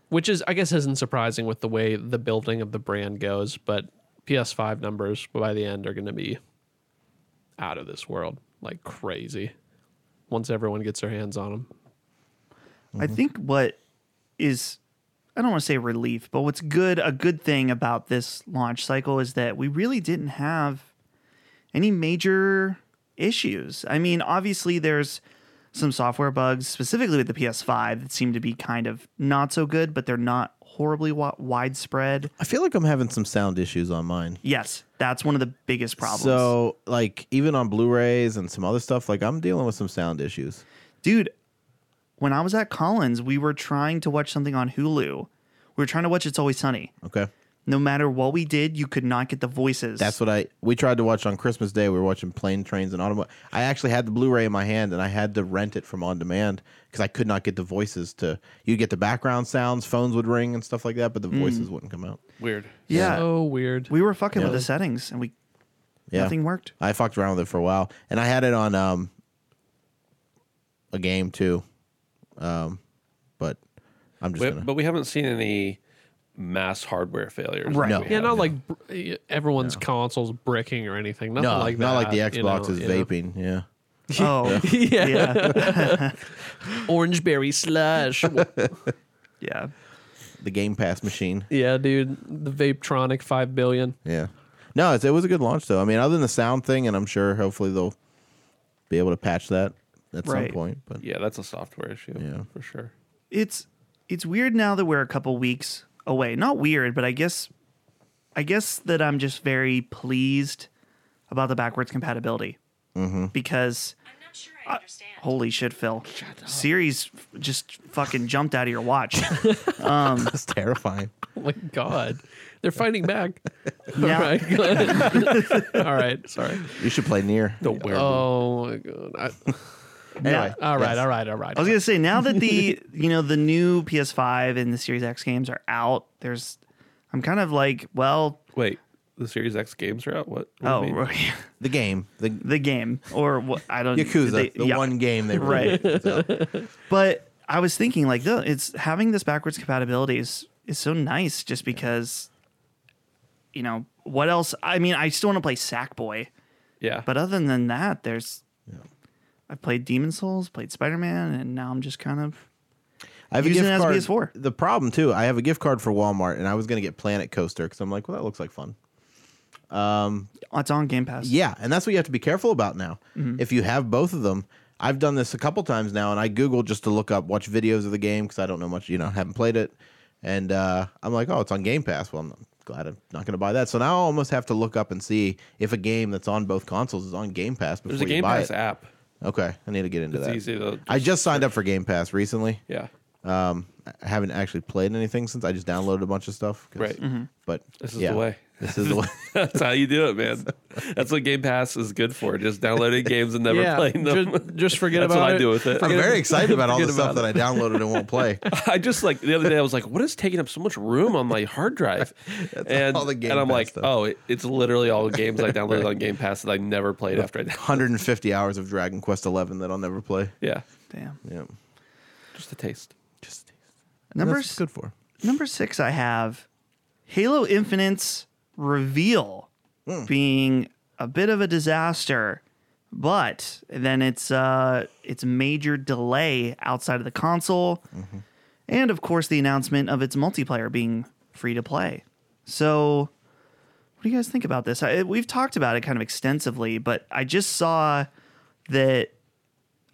S2: which is, I guess, isn't surprising with the way the building of the brand goes, but PS5 numbers by the end are going to be out of this world like crazy once everyone gets their hands on them.
S1: I think what is I don't want to say relief, but what's good a good thing about this launch cycle is that we really didn't have any major issues. I mean, obviously there's some software bugs specifically with the PS5 that seem to be kind of not so good, but they're not horribly wi- widespread.
S4: I feel like I'm having some sound issues on mine.
S1: Yes, that's one of the biggest problems.
S4: So like even on Blu-rays and some other stuff, like I'm dealing with some sound issues.
S1: dude when i was at collins we were trying to watch something on hulu we were trying to watch it's always sunny
S4: Okay.
S1: no matter what we did you could not get the voices
S4: That's what I we tried to watch on Christmas Day. We were watching plane, trains, and automobile. I actually had the Blu-ray in my hand, and I had to rent it from on demand because I could not get the voices to. You get the background sounds, phones would ring and stuff like that, but
S1: Mm.
S4: the voices wouldn't come out.
S3: Weird.
S1: yeah
S2: So weird.
S1: we were fucking with the settings and we
S4: Oh. Yeah,
S1: nothing worked
S4: I fucked around with it for a while, and I had it on um a game too, um, but I'm just
S3: We-
S4: gonna.
S3: but we haven't seen any mass hardware failures.
S1: Right.
S3: like
S4: No.
S3: we
S2: yeah,
S3: have.
S2: not like br- everyone's consoles bricking or anything. Nothing
S4: no,
S2: like that.
S4: not like the
S2: you know,
S4: Xbox is
S2: you know.
S4: vaping. Yeah.
S1: oh yeah yeah
S2: Orangeberry slush.
S1: yeah,
S4: the Game Pass machine.
S2: yeah, dude. The Vapetronic 5 billion.
S4: Yeah. No, it's, it was a good launch though. I mean, other than the sound thing, and I'm sure hopefully they'll be able to patch that at
S1: Right.
S4: some point. But
S3: Yeah, that's a software issue.
S4: Yeah.
S3: for sure.
S1: it's it's weird now that we're a couple weeks away not weird but i guess i guess that i'm just very pleased about the backwards compatibility
S4: Mm-hmm.
S1: because
S5: I'm not sure I understand.
S1: holy shit phil series just fucking jumped out of your watch
S4: that's terrifying.
S2: Oh my God. They're fighting back.
S1: Now-
S2: All right. good. All right. Sorry.
S4: You should play near.
S3: Don't wear.
S2: Oh my god. I,
S4: Anyway,
S2: all right.
S4: yes.
S2: All right. All right.
S1: I was gonna say now that the you know the new PS5 and the Series X games are out, there's I'm kind of like, well,
S3: Wait, the Series X games are out. What? what do you
S1: oh,
S3: mean?
S4: The game, the
S1: the game or what? I don't
S4: Yakuza,
S1: they-
S4: the
S1: yeah.
S4: one game they
S1: Right.
S4: released. So,
S1: But I was thinking like, though, it's having this backwards compatibility is is so nice just because, you know, what else? I mean, I still want to play Sackboy,
S3: Yeah,
S1: but other than that, there's. I've played Demon Souls, played Spider Man, and now I'm just kind of
S4: have
S1: Use
S4: a
S1: it
S4: gift
S1: as a
S4: card.
S1: PS4.
S4: The problem too, I have a gift card for Walmart, and I was gonna get Planet Coaster because I'm like, well, that looks like fun.
S1: It's on Game Pass.
S4: Yeah, and that's what you have to be careful about now.
S3: Mm-hmm.
S4: If you have both of them, I've done this a couple times now, and I Google just to look up, watch videos of the game because I don't know much, you know, haven't played it, and uh, I'm like, oh, it's on Game Pass. Well, I'm glad I'm not going to buy that. So now I almost have to look up and see if a game that's on both consoles is on Game Pass before
S3: There's a
S4: you
S3: Game
S4: buy
S3: Pass
S4: it.
S3: app.
S4: Okay, I need to get into
S3: It's
S4: that.
S3: easy to.
S4: I just signed up for Game Pass recently.
S3: Yeah.
S4: Um, I haven't actually played anything since. I just downloaded a bunch of stuff. 'cause-
S3: Right. Mm-hmm.
S4: But
S3: This is
S4: yeah,
S3: the way.
S4: This is the way.
S3: That's how you do it, man. That's what Game Pass is good for. Just downloading games and never
S2: Yeah,
S3: playing them.
S2: ju- just forget
S3: That's
S2: about
S3: what I
S2: it.
S3: do with it.
S4: I'm very excited about all the
S2: Forget
S4: stuff
S2: about
S4: that I downloaded and won't play.
S3: I just like the other day I was like, what is taking up so much room on my hard drive? and,
S4: all the Game
S3: and I'm
S4: Pass
S3: like,
S4: stuff.
S3: oh, it, it's literally all games I downloaded on Game Pass that I never played after I downloaded.
S4: 150 hours of Dragon Quest 11 that I'll never play.
S3: Yeah.
S1: Damn.
S4: Yeah,
S3: Just a taste.
S4: just
S1: Number
S4: that's
S1: s-
S4: good for.
S1: Number six, I have Halo Infinite's reveal being a bit of a disaster, but then it's uh, it's major delay outside of the console, and of course the announcement of its multiplayer being free to play. So, what do you guys think about this? I, we've talked about it kind of extensively, but I just saw that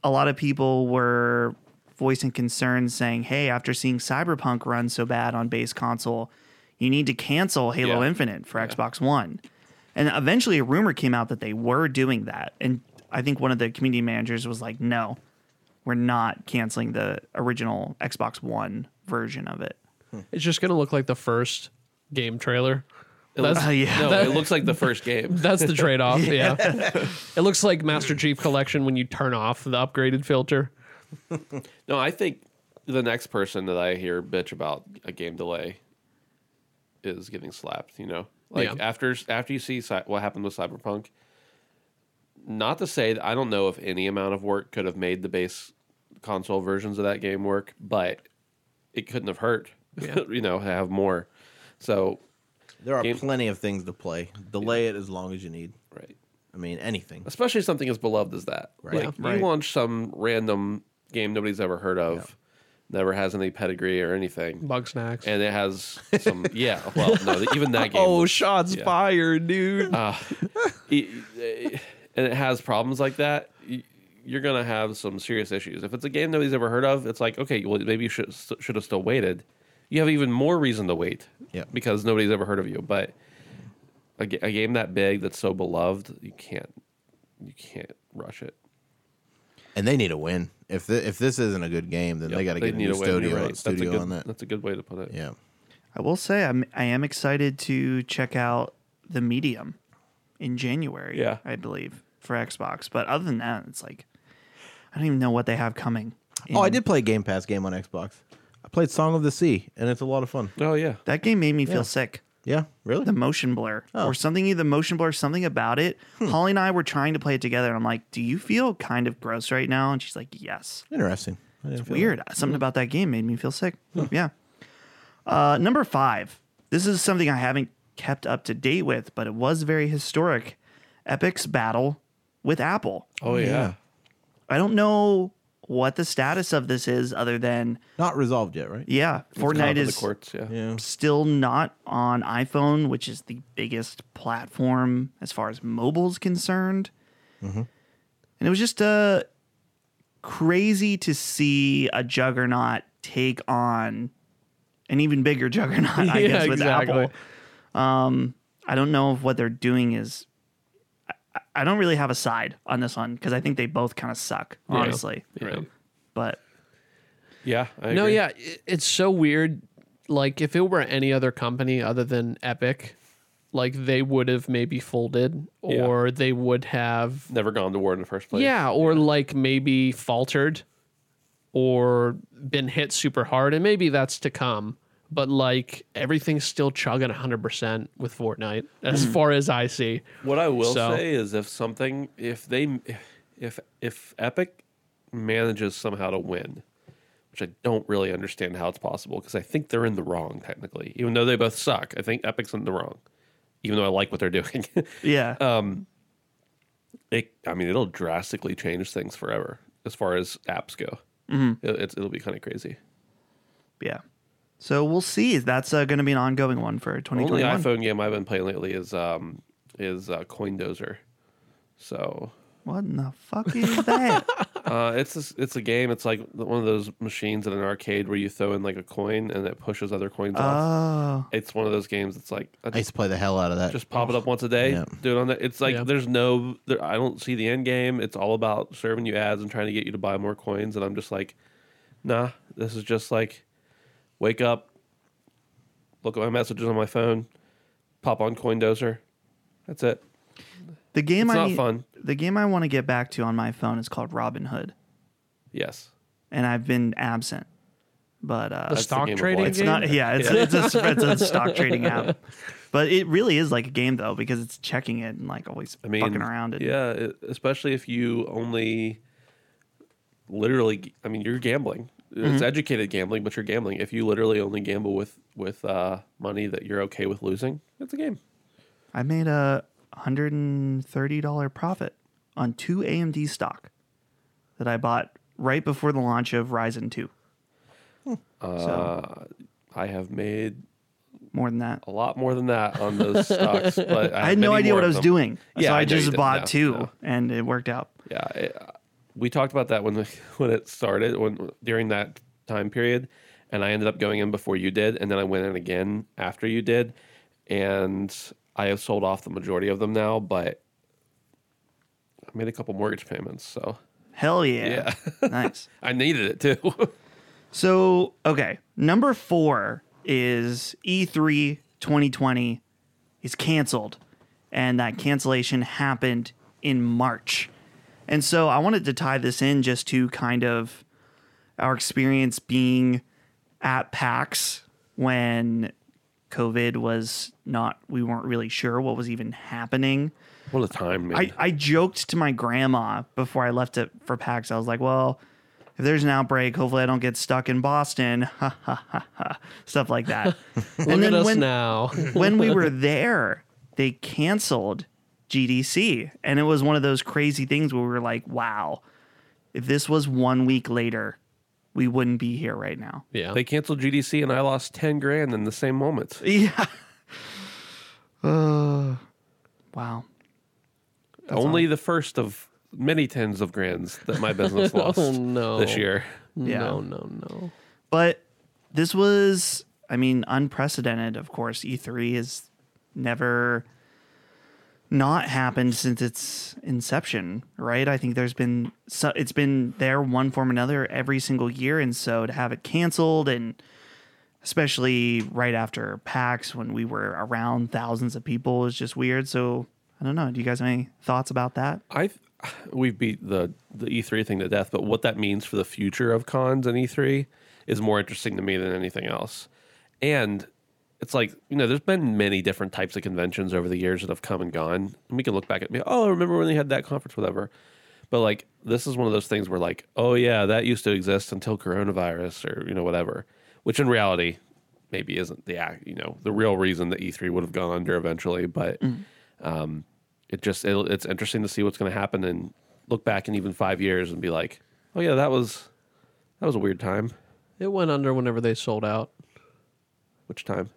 S1: a lot of people were voicing concerns saying, hey, after seeing Cyberpunk run so bad on base console, you need to cancel Halo
S3: Yeah.
S1: Infinite for Xbox One. And eventually a rumor came out that they were doing that. And I think one of the community managers was like, no, we're not canceling the original Xbox One version of it.
S2: It's just gonna look like the first game trailer. That's,
S1: Uh, yeah.
S3: No, it looks like the first game.
S2: that's the trade off. yeah. it looks like Master Chief Collection when you turn off the upgraded filter.
S3: No, I think the next person that I hear bitch about a game delay is getting slapped. You know, like
S2: Yeah.
S3: after after you see Cy- what happened with Cyberpunk. Not to say that I don't know if any amount of work could have made the base console versions of that game work, but it couldn't have hurt.
S2: Yeah.
S3: you know, to have more. So
S4: There are
S3: Game-
S4: plenty of things to play. Delay it as long as you need.
S3: right,
S4: I mean, anything.
S3: especially something as beloved as that. Like,
S4: Right.
S2: Yeah.
S1: Right.
S3: You launch some random game nobody's ever heard of, never has any pedigree or anything.
S2: Bug snacks.
S3: and it has some yeah well no even that game
S2: oh,
S3: was-
S2: shots
S3: yeah.
S2: fired, dude.
S3: e- e- and it has problems like that y- you're gonna have some serious issues if it's a game nobody's ever heard of it's like okay well maybe you should should have still waited you have even more reason to wait
S4: Yeah.
S3: because nobody's ever heard of you but a, ga- a game that big that's so beloved you can't you can't rush it
S4: And they need a win. If thi- if this isn't a good game, then they
S3: Yep,
S4: got to get a new
S3: win, you're
S4: studio,
S3: right. That's a
S4: studio
S3: good-
S4: on that.
S3: that's a good way to put it
S4: Yeah.
S1: I will say I'm I am excited to check out the medium in January.
S3: Yeah.
S1: I believe for Xbox. But other than that, it's like I don't even know what they have coming.
S4: Oh, I
S1: And
S4: did play a Game Pass game on Xbox. I played Song of the Sea, and it's a lot of fun.
S3: oh yeah Oh.
S1: That game made me feel sick.
S4: Yeah, really.
S1: The motion blur or something, either motion blur, something about it.
S3: Hmm.
S1: Holly and I were trying to play it together, and I'm like, "Do you feel kind of gross right now?" And she's like, "Yes."
S4: Interesting. I didn't feel that.
S1: Weird. Uh, Something about that game made me feel sick. Yeah. Uh, number five. This is something I haven't kept up to date with, but it was very historic. Epic's battle with Apple.
S3: oh yeah,
S1: I don't know what the status of this is, other than
S4: Not resolved yet, right?
S1: yeah,
S3: Top
S1: Fortnite
S3: of
S1: is
S3: the courts yeah
S4: Yeah.
S1: still not on iPhone, which is the biggest platform as far as mobile's concerned.
S2: Mm-hmm.
S1: And it was just uh, crazy to see a juggernaut take on an even bigger juggernaut, I
S2: Yeah,
S1: guess, with
S2: exactly.
S1: Apple. Um, I don't know if what they're doing is. I, I don't really have a side on this one because I think they both kind of suck, honestly.
S3: Right.
S1: But
S3: yeah I
S2: No,
S3: agree.
S2: yeah, it, it's so weird. Like if it were any other company other than Epic, like they would have maybe folded
S3: Yeah.
S2: or they would have
S3: never gone to war in the first place
S2: yeah, or like maybe faltered or been hit super hard and maybe that's to come. But like everything's still chugging 100% with Fortnite as
S3: Mm.
S2: far as I see.
S3: What I will
S2: So-
S3: say is if something if they if if Epic manages somehow to win, which I don't really understand how it's possible because I think they're in the wrong technically. Even though they both suck, I think Epic's in the wrong. Even though I like what they're doing.
S1: yeah,
S3: it I mean it'll
S4: Mm-hmm.
S3: drastically change things forever as far as apps go. It, it's, it'll be kind of crazy.
S1: yeah. So we'll see. That's uh, going to be an ongoing one for
S3: Only
S1: 2021.
S3: iPhone game I've been playing lately is um is uh, Coin Dozer. So
S1: What in the fuck is that?
S3: uh, it's a, it's a game. It's like one of those machines in an arcade where you throw in like a coin and it pushes other coins off.
S1: oh,
S3: It's one of those games. It's like I
S4: I
S3: just,
S4: used to play the hell out of that.
S3: just pop it up once a day.
S4: Yeah.
S3: Do it on that. It's like
S2: Yeah.
S3: there's no. There, I don't see the end game. It's all about serving you ads and trying to get you to buy more coins. And I'm just like, nah. This is just like, wake up, look at my messages on my phone, pop on CoinDozer. That's it.
S1: the game
S3: It's
S1: I
S3: not
S1: need-
S3: fun.
S1: The game I want to get back to on my phone is called Robin Hood,
S3: Yes.
S1: and I've been absent. But uh,
S2: The
S3: the
S2: stock
S3: game of
S2: trading
S3: life.
S1: It's
S2: game?
S1: not. Yeah, it's it's a, it's a stock trading app, but it really is like a game though because it's checking it and like always
S3: I mean,
S1: fucking around it.
S3: Yeah, it, especially if you only literally. g- I mean, you're gambling.
S1: Mm-hmm.
S3: It's educated gambling, but you're gambling. If you literally only gamble with with uh, money that you're okay with losing, it's a game.
S1: I made a hundred and thirty dollar profit on two AMD stock that I bought right before the launch of Ryzen two.
S3: Uh, I have made
S1: More than that,
S3: a lot more than that on those stocks, but I,
S1: I had no
S3: many
S1: idea
S3: more
S1: what I
S3: of
S1: was
S3: them.
S1: doing,
S3: Yeah,
S1: so I,
S3: I know you
S1: just
S3: didn't.
S1: bought
S3: No,
S1: two,
S3: no.
S1: and it worked out.
S3: Yeah, Uh, it, we talked about that when when it started when during that time period, and I ended up going in before you did, and then I went in again after you did, and I have sold off the majority of them now, but I made a couple mortgage payments, so
S1: Hell yeah, nice.
S3: I needed it too.
S1: So, okay. Number four is E E3 2020 is canceled. And that cancellation happened in March. And so I wanted to tie this in just to kind of our experience being at PAX when COVID was not, we weren't really sure what was even happening.
S3: what a time, man!
S1: I, I joked to my grandma before I left it for PAX. I was like, well, if there's an outbreak, hopefully I don't get stuck in Boston. Ha ha ha ha. Stuff like that.
S2: Look
S1: and
S2: at us
S1: when,
S2: now.
S1: when we were there, they canceled GDC. And it was one of those crazy things where we were like, wow, if this was one week later, we wouldn't be here right now.
S2: yeah.
S3: they canceled GDC, and I lost ten grand in the same moment.
S1: Yeah. Uh, wow.
S3: Only the first of many tens of grands that my business lost
S1: Oh,
S2: no.
S3: this year.
S1: Yeah.
S2: No, no, no.
S1: But this was, I mean, unprecedented, of course. E3 has never not happened since its inception, right? I think there's been, so it's been there one form or another every single year. And so to have it canceled and especially right after PAX when we were around thousands of people is just weird. So I don't know. Do you guys have any thoughts about that?
S3: I th- we've beat the the E3 thing to death, but what that means for the future of cons and E3 is more interesting to me than anything else. And it's like you know, there's been many different types of conventions over the years that have come and gone, and we can look back at me. Oh, I remember when they had that conference, whatever. But like this is one of those things where like, oh yeah, that used to exist until coronavirus or you know whatever, which in reality maybe isn't the ac- you know the real reason that E3 would have gone under eventually, but it just it, it's interesting to see what's going to happen and look back in even five years and be like oh yeah that was that was a weird time
S2: It went under whenever they sold out
S3: which time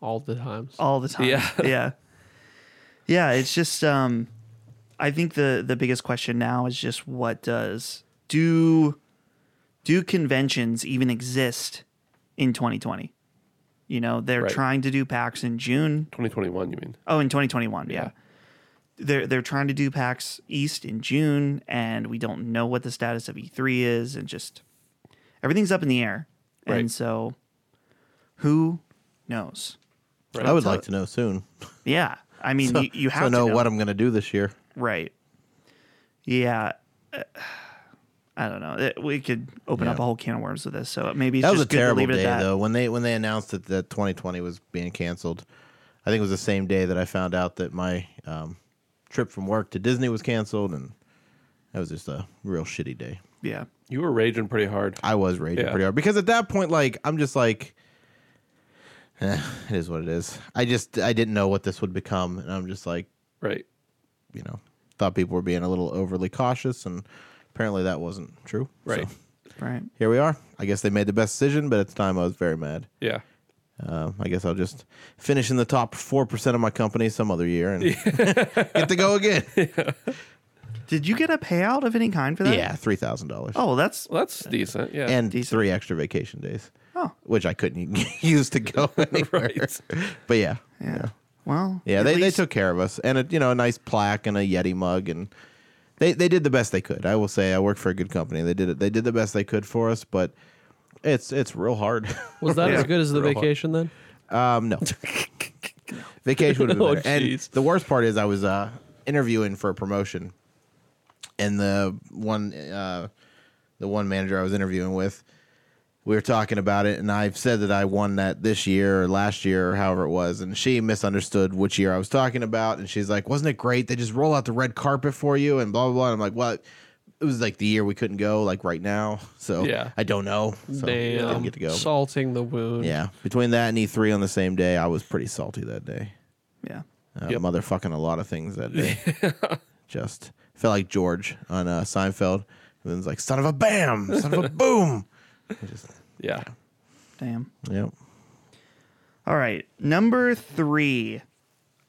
S2: all the times.
S1: all the time.
S3: Yeah.
S1: yeah. Yeah, it's just um I think the the biggest question now is just what does do do conventions even exist in 2020? You know, they're
S3: Right.
S1: trying to do PAX in June.
S3: 2021 you mean
S1: Oh, in 2021, yeah. They're they're trying to do PAX East in June and we don't know what the status of E3 is and just everything's up in the air.
S3: Right.
S1: And so who knows?
S4: I would like to know soon.
S1: Yeah. I mean, you, you have
S4: so
S1: to
S4: know,
S1: know
S4: what I'm going to do this year.
S1: Right. Yeah. Uh, I don't know. It- we could open up a whole can of worms with this. So maybe it's
S4: That was
S1: just
S4: a
S1: good to
S4: terrible
S1: leave it
S4: day
S1: at that.
S4: though. When they when they announced that, that 2020 was being canceled, I think it was the same day that I found out that my um, trip from work to Disney was canceled, and that was just a real shitty day.
S1: Yeah.
S3: you were raging pretty hard
S4: I was raging
S3: Yeah.
S4: pretty hard because at that point, like, I'm just like, eh, it is what it is. I just I didn't know what this would become, and I'm just like,
S3: right
S4: you know, thought people were being a little overly cautious, and apparently that wasn't true.
S3: right
S4: So,
S1: Right.
S4: here we are. I guess they made the best decision, but at the time I was very mad.
S3: Yeah.
S4: Uh, I guess I'll just finish in the top four percent of my company some other year and get to go again.
S1: Did you get a payout of any kind for that?
S4: yeah, three thousand dollars.
S1: Oh, that's
S3: Well, that's decent. Yeah.
S4: and
S1: decent.
S4: three extra vacation days.
S1: Oh.
S4: which I couldn't use to go anywhere.
S3: Right.
S4: But yeah,
S1: yeah. Well,
S4: yeah,
S1: at
S4: they,
S1: least-
S4: they took care of us, and a, you know, a nice plaque and a Yeti mug, and they they did the best they could. I will say, I work for a good company. They did it. They did the best they could for us, but it's it's real hard.
S2: Was that
S1: Yeah.
S2: as good as the
S3: Real hard.
S2: vacation then?
S4: um, no, vacation would have been
S2: Oh,
S4: better. And
S2: jeez.
S4: the worst part is, I was uh, interviewing for a promotion, and the one uh, the one manager I was interviewing with. we were talking about it, and I've said that I won that this year or last year or however it was, and she misunderstood which year I was talking about, and she's like, "Wasn't it great? They just roll out the red carpet for you and blah blah blah." And I'm like, "Well, it was like the year we couldn't go, like right now, so
S3: Yeah.
S4: I don't know." So I
S2: Damn,
S4: didn't get to go.
S2: um, salting the wound.
S4: yeah, between that and E3 on the same day, I was pretty salty that day.
S1: Yeah.
S4: Uh,
S3: Yep.
S4: Motherfucking a lot of things that day. Just felt like George on uh, Seinfeld, and then it's like, "Son of a bam, son of a boom." I Just,
S3: yeah.
S1: Damn.
S4: yep.
S1: All right. Number three,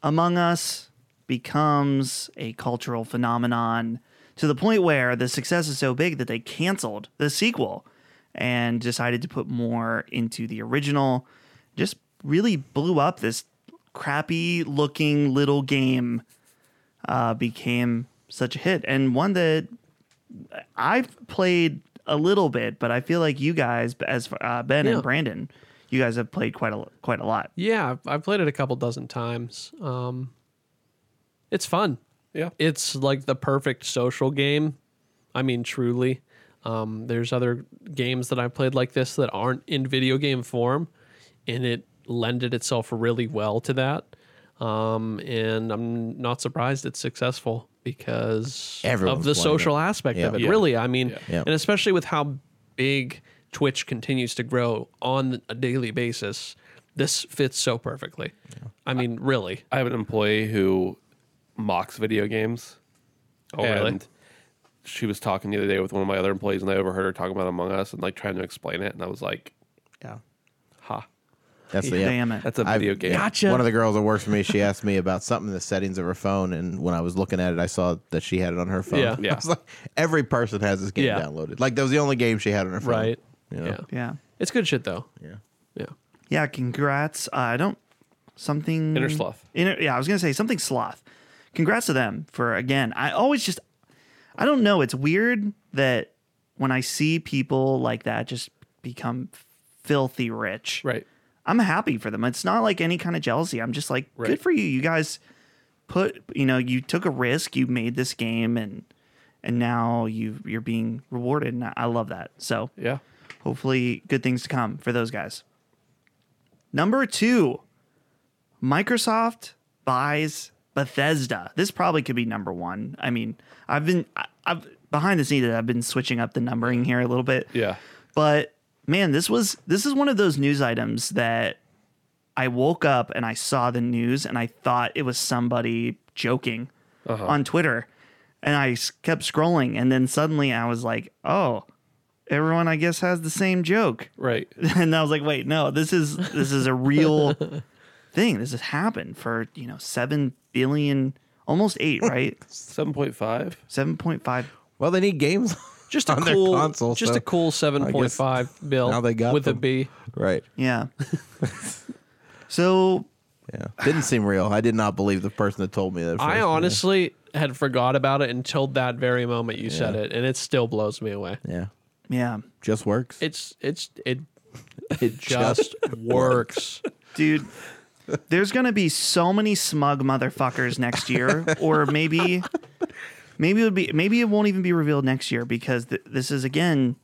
S1: Among Us becomes a cultural phenomenon to the point where the success is so big that they canceled the sequel and decided to put more into the original. Just really blew up this crappy looking little game, uh, became such a hit and one that I've played a little bit, but I feel like you guys, as uh, Ben
S2: Yeah.
S1: and Brandon, you guys have played quite a quite a lot.
S2: Yeah, I've- I've played it a couple dozen times. Um, it's fun.
S3: Yeah.
S2: It's like the perfect social game. I mean, truly. Um, there's other games that I've played like this that aren't in video game form, and it lended itself really well to that. Um, and I'm not surprised it's successful because
S4: Everyone's
S2: of the
S4: playing
S2: social
S4: it.
S2: aspect
S4: Yeah.
S2: of it.
S3: Yeah.
S2: Really, I mean,
S4: Yeah.
S2: and especially with how big Twitch continues to grow on a daily basis, this fits so perfectly. I mean, really.
S3: I have an employee who mocks video games.
S2: Oh, really?
S3: She was talking the other day with one of my other employees, and I overheard her talking about Among Us and like trying to explain it, and I was like,
S4: Yeah.
S3: "Ha,
S4: That's the yeah.
S1: Damn it.
S3: that's a video game."
S2: Gotcha.
S4: One of the girls that works for me, she asked me about something in the settings of her phone, and when I was looking at it, I saw that she had it on her phone.
S2: Yeah.
S3: Yeah.
S4: I was like, every person has this game
S2: Yeah.
S4: downloaded. Like that was the only game she had on her phone.
S2: Right.
S4: You know?
S2: Yeah.
S1: Yeah.
S2: It's good shit though.
S4: Yeah.
S2: Yeah.
S1: Yeah, congrats. Uh, I don't something
S3: Inner Sloth.
S1: Inner, yeah, I was gonna say something sloth. Congrats to them for again. I always just I don't know. It's weird that when I see people like that just become filthy rich.
S3: Right.
S1: I'm happy for them. It's not like any kind of jealousy. I'm just like, good for you. You guys put, you know, you took a risk. You made this game, and and now you you're being rewarded. And I- I love that. So
S3: Yeah.
S1: hopefully, good things to come for those guys. Number two, Microsoft buys Bethesda. This probably could be number one. I mean, I've been I, I've behind the scenes I've been switching up the numbering here a little bit
S3: Yeah.
S1: but man this was this is one of those news items that i woke up and i saw the news and i thought it was somebody joking on twitter and i s- kept scrolling and then suddenly i was like oh everyone i guess has the same joke
S3: Right.
S1: and i was like wait no this is this is a real thing this has happened for you know 7 billion almost 8 right
S3: Seven point five.
S1: 7.5
S4: Well, they need games.
S2: Just a
S4: on
S2: cool
S4: their console.
S2: just
S4: so-
S2: a cool 7.5 bill
S4: now they got
S2: with a
S4: them.
S2: B.
S4: Right.
S1: yeah so
S4: Yeah. Didn't seem real. I did not believe the person that told me that. at
S2: I
S4: first.
S2: honestly had forgot about it until that very moment you said it and it still blows me away.
S4: Yeah.
S1: yeah
S4: Just works.
S2: It's it's it
S4: it
S2: just works.
S1: Dude, there's gonna be so many smug motherfuckers next year, or maybe, maybe it would be, maybe it won't even be revealed next year because th- this is again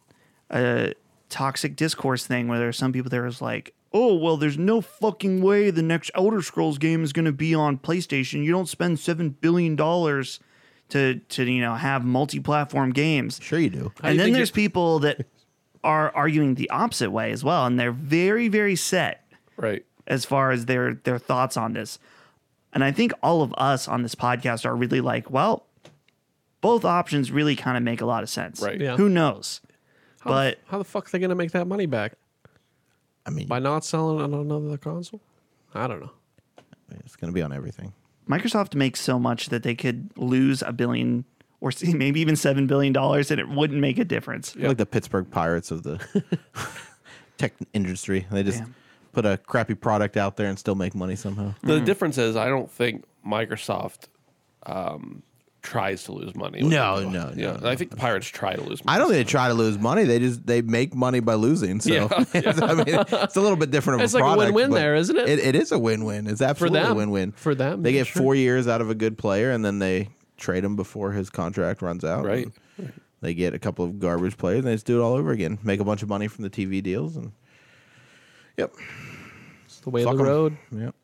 S1: a toxic discourse thing where there's some people that is like, oh well, there's no fucking way the next Elder Scrolls game is gonna be on PlayStation. You don't spend seven billion dollars to to you know have multi-platform games
S4: sure you do.
S2: do you
S1: and then
S2: think
S1: there's
S2: you-
S1: people that are arguing the opposite way as well, and they're very very set
S3: Right.
S1: as far as their their thoughts on this. And I think all of us on this podcast are really like, well, both options really kind of make a lot of sense.
S3: Right.
S2: Yeah.
S1: Who knows? but
S2: How the fuck are they gonna make that money back
S4: I mean,
S2: by not selling it on another console? I don't know.
S4: it's going to be on everything.
S1: Microsoft makes so much that they could lose a billion or see- maybe even seven billion dollars and it wouldn't make a difference.
S4: Like the Pittsburgh Pirates of the tech industry. They just put a crappy product out there and still make money somehow.
S3: The difference is, I don't think Microsoft um, tries to lose money. with
S4: No,
S3: people.
S4: no,
S3: yeah.
S4: no,
S3: and I think the Pirates try to lose. money.
S4: I don't think they try to lose money. They just they make money by losing. So I mean, it's a little bit different. Of
S2: It's
S4: a
S2: like a
S4: product,
S2: win-win
S4: but
S2: there, isn't it?
S4: it? It is a win-win. It's absolutely a
S2: them.
S4: win-win
S2: For them,
S4: They get
S2: sure.
S4: four years out of a good player, and then they trade him before his contract runs out.
S3: Right.
S4: and They get a couple of garbage players, and they just do it all over again. Make a bunch of money from the TV deals, and yep,
S2: It's the way
S4: fuck
S2: of
S4: 'em.
S2: the road.
S4: Yep.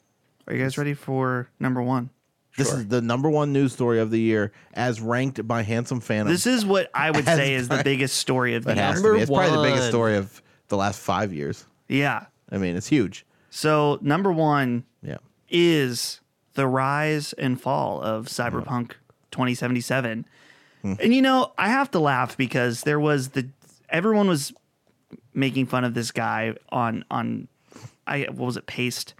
S1: Are you guys ready for number one?
S4: This is the number one news story of the year, as ranked by Handsome Phantom.
S1: This is what I would say is the biggest story of the
S4: it
S1: year.
S4: has to
S2: number
S4: be. It's probably the biggest
S2: one.
S4: story of the last five years.
S1: Yeah.
S4: I mean, it's huge.
S1: So number one
S4: Yeah.
S1: is the rise and fall of Cyberpunk 2077. And you know, I have to laugh because there was the everyone was making fun of this guy on on I what was it Paste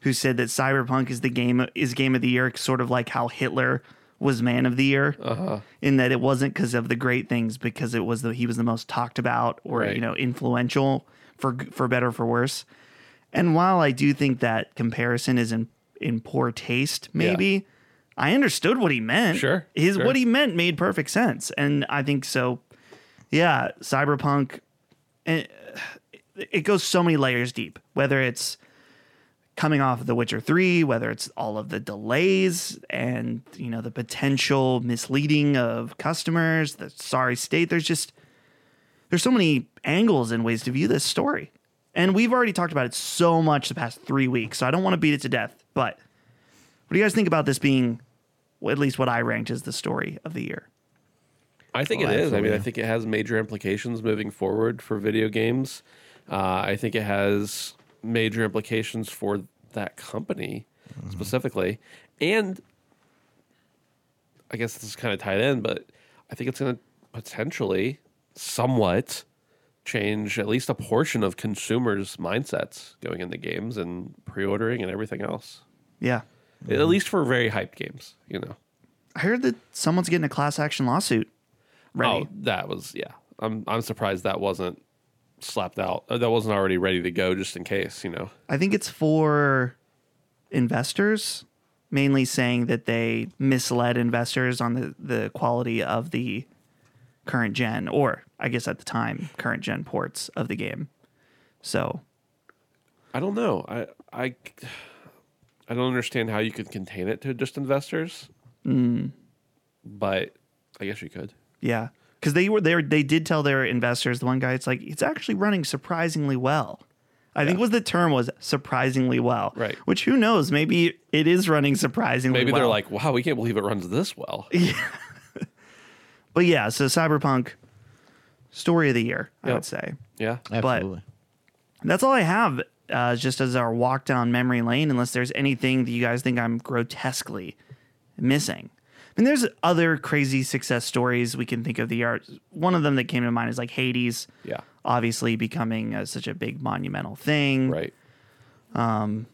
S1: who said that Cyberpunk is the game is game of the year sort of like how Hitler was man of the year in that it wasn't because of the great things because it was the he was the most talked about or
S3: Right.
S1: you know influential for g- for better or for worse and while I do think that comparison is in in poor taste, maybe I understood what he meant.
S3: Sure,
S1: his
S3: sure.
S1: what he meant made perfect sense, and I think so. Yeah, cyberpunk, it, it goes so many layers deep. Whether it's coming off of The Witcher Three, whether it's all of the delays and you know the potential misleading of customers, the sorry state. There's just there's so many angles and ways to view this story. And we've already talked about it so much the past three weeks, so I don't want to beat it to death. But what do you guys think about this being, well, at least what I ranked as the story of the year?
S3: I think
S4: Well,
S3: it is. I mean, I
S4: Oh, absolutely.
S3: think it has major implications moving forward for video games. Uh, I think it has major implications for that company
S4: Mm-hmm.
S3: specifically, and I guess this is kind of tied in, but I think it's going to potentially, somewhat, change at least a portion of consumers' mindsets going into games and pre-ordering and everything else.
S1: Yeah,
S4: Mm-hmm.
S3: At least for very hyped games, you know.
S1: I heard that someone's getting a class action lawsuit. Ready.
S3: Oh, that was yeah. I'm I'm surprised that wasn't slapped out. uh, That wasn't already ready to go just in case, you know.
S1: I think it's for investors, mainly saying that they misled investors on the, the quality of the current gen, or I guess at the time, current gen ports of the game. So
S3: I don't know. I I I don't understand how you could contain it to just investors. But I guess you could.
S1: Yeah, because they were there. They did tell their investors. The one guy, it's like it's actually running surprisingly well. I think was the term was surprisingly well.
S3: Right.
S1: Which who knows? Maybe it is running surprisingly.
S3: Maybe they're
S1: well.
S3: like, "Wow, we can't believe it runs this well."
S1: But yeah, so cyberpunk story of the year, I
S3: Yep.
S1: would say.
S3: yeah.
S4: Absolutely.
S1: That's all I have. Uh, just as our walk down memory lane, unless there's anything that you guys think I'm grotesquely missing. I mean, there's other crazy success stories we can think of. The art, one of them that came to mind is like Hades.
S3: Yeah.
S1: obviously becoming uh, such a big monumental thing.
S3: Right. Um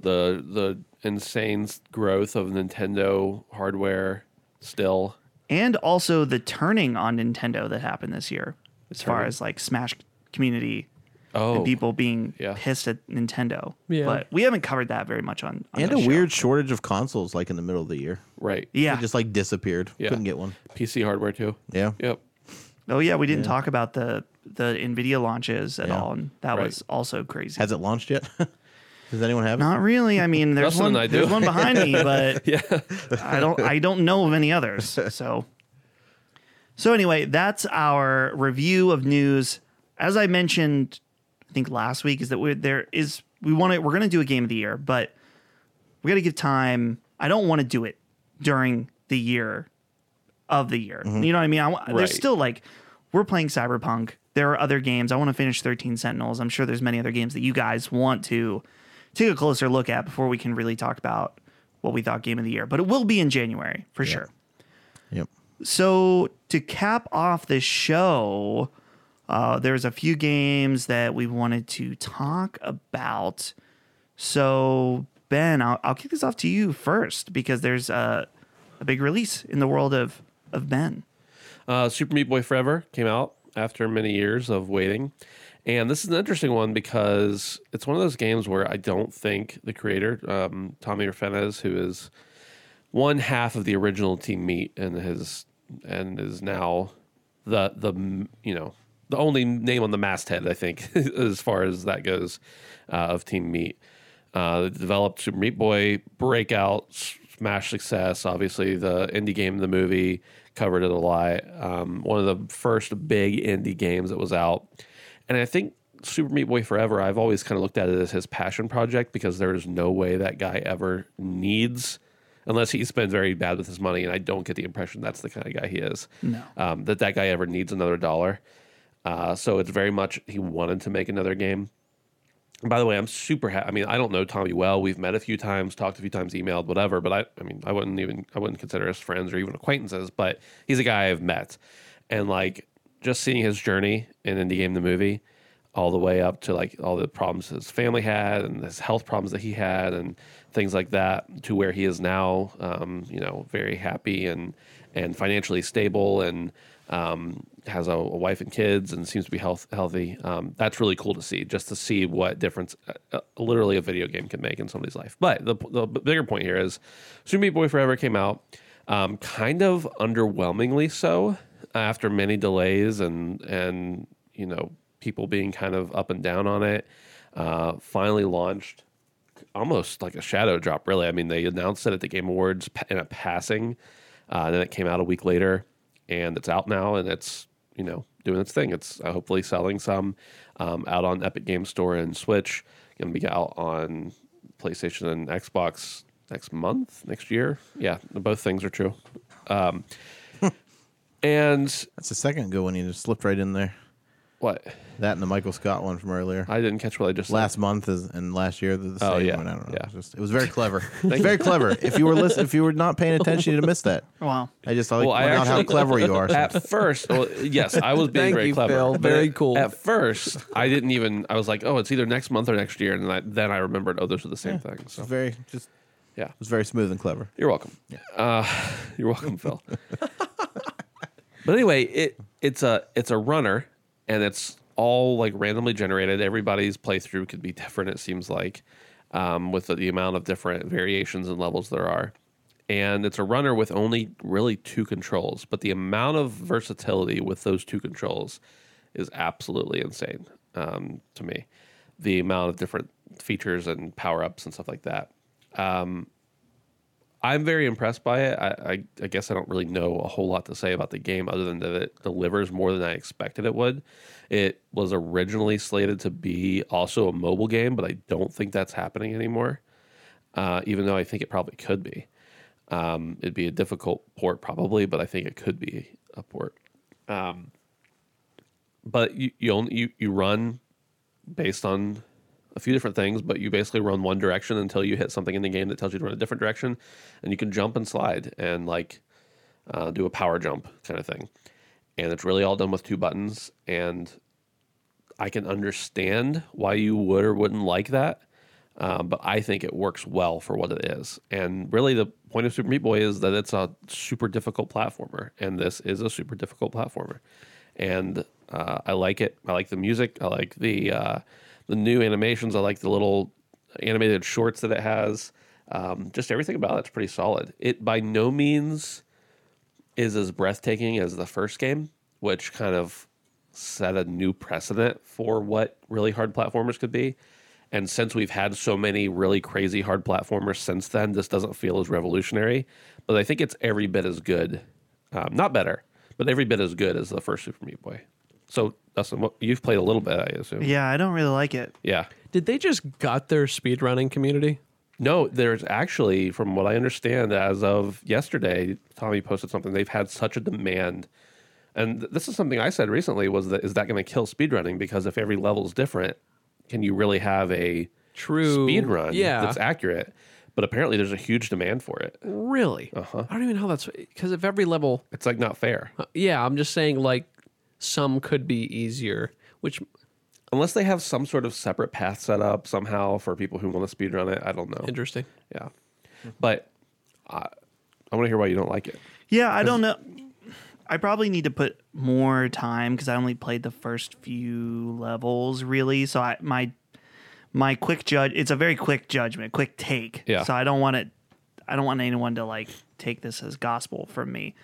S3: the the insane growth of Nintendo hardware still
S1: And also the turning on Nintendo that happened this year, as far as like Smash community
S3: Oh.
S1: and people being
S3: yeah.
S1: pissed at Nintendo.
S2: Yeah.
S1: But we haven't covered that very much on, on
S4: And
S1: the
S4: a
S1: show.
S4: weird shortage of consoles like in the middle of the year.
S3: right.
S1: Yeah.
S4: It just like disappeared.
S3: Yeah.
S4: Couldn't get one.
S3: PC hardware too.
S4: Yeah.
S3: Yep.
S1: oh yeah, we didn't talk about the the Nvidia launches at
S4: Yeah.
S1: all, and that
S3: Right.
S1: was also crazy.
S4: Has it launched yet? Does anyone have it?
S1: Not really. I mean, there's
S3: Justin
S1: one.
S3: and I do.
S1: There's one behind me, but
S3: Yeah.
S1: I don't I don't know of any others. So So anyway, that's our review of news. As I mentioned I think last week is that we there is we want to we're going to do a game of the year, but we got to give time. I don't want to do it during the year of the year. You know what I mean? I, wa-
S3: Right.
S1: There's still like we're playing Cyberpunk. There are other games. I want to finish 13 Sentinels. I'm sure there's many other games that you guys want to take a closer look at before we can really talk about what we thought game of the year. But it will be in January for sure.
S4: Yep.
S1: So to cap off this show, Uh, there's a few games that we wanted to talk about. So, Ben, I'll, I'll kick this off to you first because there's a, a big release in the world of, of Ben.
S3: Uh, Super Meat Boy Forever came out after many years of waiting. And this is an interesting one because it's one of those games where I don't think the creator, um, Tommy Urfenez, who is one half of the original Team Meat and his and is now the the m- you know the only name on the masthead I think as far as that goes uh, of Team Meat. Uh, they developed Super Meat Boy, breakout, s- smash success. Obviously, the indie game, the movie covered it a lot. Um, one of the first big indie games that was out, and I think Super Meat Boy Forever. I've always kind of looked at it as his passion project because there is no way that guy ever needs unless he's been very bad with his money. And I don't get the impression that's the kind of guy he is. No, um, that that guy ever needs another dollar. Uh, so it's very much he wanted to make another game. And by the way, I'm super happy. I mean, I don't know Tommy well. We've met a few times, talked a few times, emailed, whatever. But I, I mean, I wouldn't even, I wouldn't consider us friends or even acquaintances. But he's a guy I've met, and like just seeing his journey in indie game the movie, all the way up to like all the problems his family had and his health problems that he had and things like that to where he is now. Um, you know, very happy and and financially stable and um, has a, a wife and kids and seems to be health, healthy. Um, that's really cool to see, just to see what difference uh, uh, literally a video game can make in somebody's life. But the, the bigger point here is Super Meat Boy Forever came out um, kind of underwhelmingly so after many delays and, and, you know, people being kind of up and down on it. Uh, finally launched almost like a shadow drop, really. I mean, they announced it at the Game Awards pa- in a passing, uh, then it came out a week later, and it's out now, and it's you know doing its thing. It's uh, hopefully selling some um, out on Epic Game Store and Switch. Going to be out on PlayStation and Xbox next month, next year. Yeah, both things are true. Um, and
S4: That's the second good one. You just slipped right in there.
S3: what
S4: That and the Michael Scott one from earlier.
S3: I didn't catch what I just said.
S4: last month is, and last year the, the same
S3: Oh, yeah,
S4: one. I don't know.
S3: yeah.
S4: It, was just, it was very clever. very clever. If you were listen, if you were not paying attention, you'd have missed that.
S1: Wow.
S4: I just like
S3: Well, I
S4: point out how
S3: actually-
S4: clever you are.
S3: At first, well, yes, I was being
S5: Thank
S3: very
S5: you,
S3: clever.
S5: Phil.
S3: but
S5: Very
S3: at-
S5: cool.
S3: At first, I didn't even. I was like, "Oh, it's either next month or next year," and then I, then I remembered, "Oh, those are the same thing." So
S4: It's very just.
S3: Yeah.
S4: it was very smooth and clever.
S3: you're welcome. Uh, you're welcome, Phil. but anyway, it it's a it's a runner, and it's all like randomly generated. Everybody's playthrough could be different. It seems like um, with the, the amount of different variations and levels there are, and it's a runner with only really two controls. But the amount of versatility with those two controls is absolutely insane um, to me. The amount of different features and power ups and stuff like that. I'm very impressed by it. I, I, I guess I don't really know a whole lot to say about the game other than that it delivers more than I expected it would. It was originally slated to be also a mobile game, but I don't think that's happening anymore, uh, even though I think it probably could be. Um, it'd be a difficult port, probably, but I think it could be a port. Um, but you, you, only, you, you run based on a few different things, but you basically run one direction until you hit something in the game that tells you to run a different direction, and you can jump and slide and like uh, do a power jump kind of thing. And it's really all done with two buttons, and I can understand why you would or wouldn't like that, um, but I think it works well for what it is. And really, the point of Super Meat Boy is that it's a super difficult platformer, and this is a super difficult platformer. And uh, I like it. I like the music. I like the uh, the new animations. I like the little animated shorts that it has. Um, just everything about it's pretty solid. It by no means is as breathtaking as the first game, which kind of set a new precedent for what really hard platformers could be. And since we've had so many really crazy hard platformers since then, this doesn't feel as revolutionary. But I think it's every bit as good, um, not better, but every bit as good as the first Super Meat Boy. So, Dustin, what, you've played a little bit, I assume.
S1: Yeah, I don't really like it.
S3: yeah.
S2: Did they just gut their speedrunning community?
S3: No, there's actually, from what I understand, as of yesterday, Tommy posted something. They've had such a demand, and th- this is something I said recently: was that is that going to kill speedrunning? Because if every level is different, can you really have a
S2: True.
S3: speed run
S2: Yeah.
S3: that's accurate? But apparently, there's a huge demand for it.
S2: Really? Uh-huh. I don't even know how that's because if every level,
S3: It's like not fair.
S2: yeah, I'm just saying like some could be easier, which
S3: Unless they have some sort of separate path set up somehow for people who want to speedrun it. I don't know.
S2: interesting.
S3: Yeah. But I, I want to hear why you don't like it.
S1: Yeah, I don't know. I probably need to put more time because I only played the first few levels really. So I my my quick judge it's a very quick judgment, quick take.
S3: Yeah.
S1: So I don't want it I don't want anyone to like take this as gospel from me.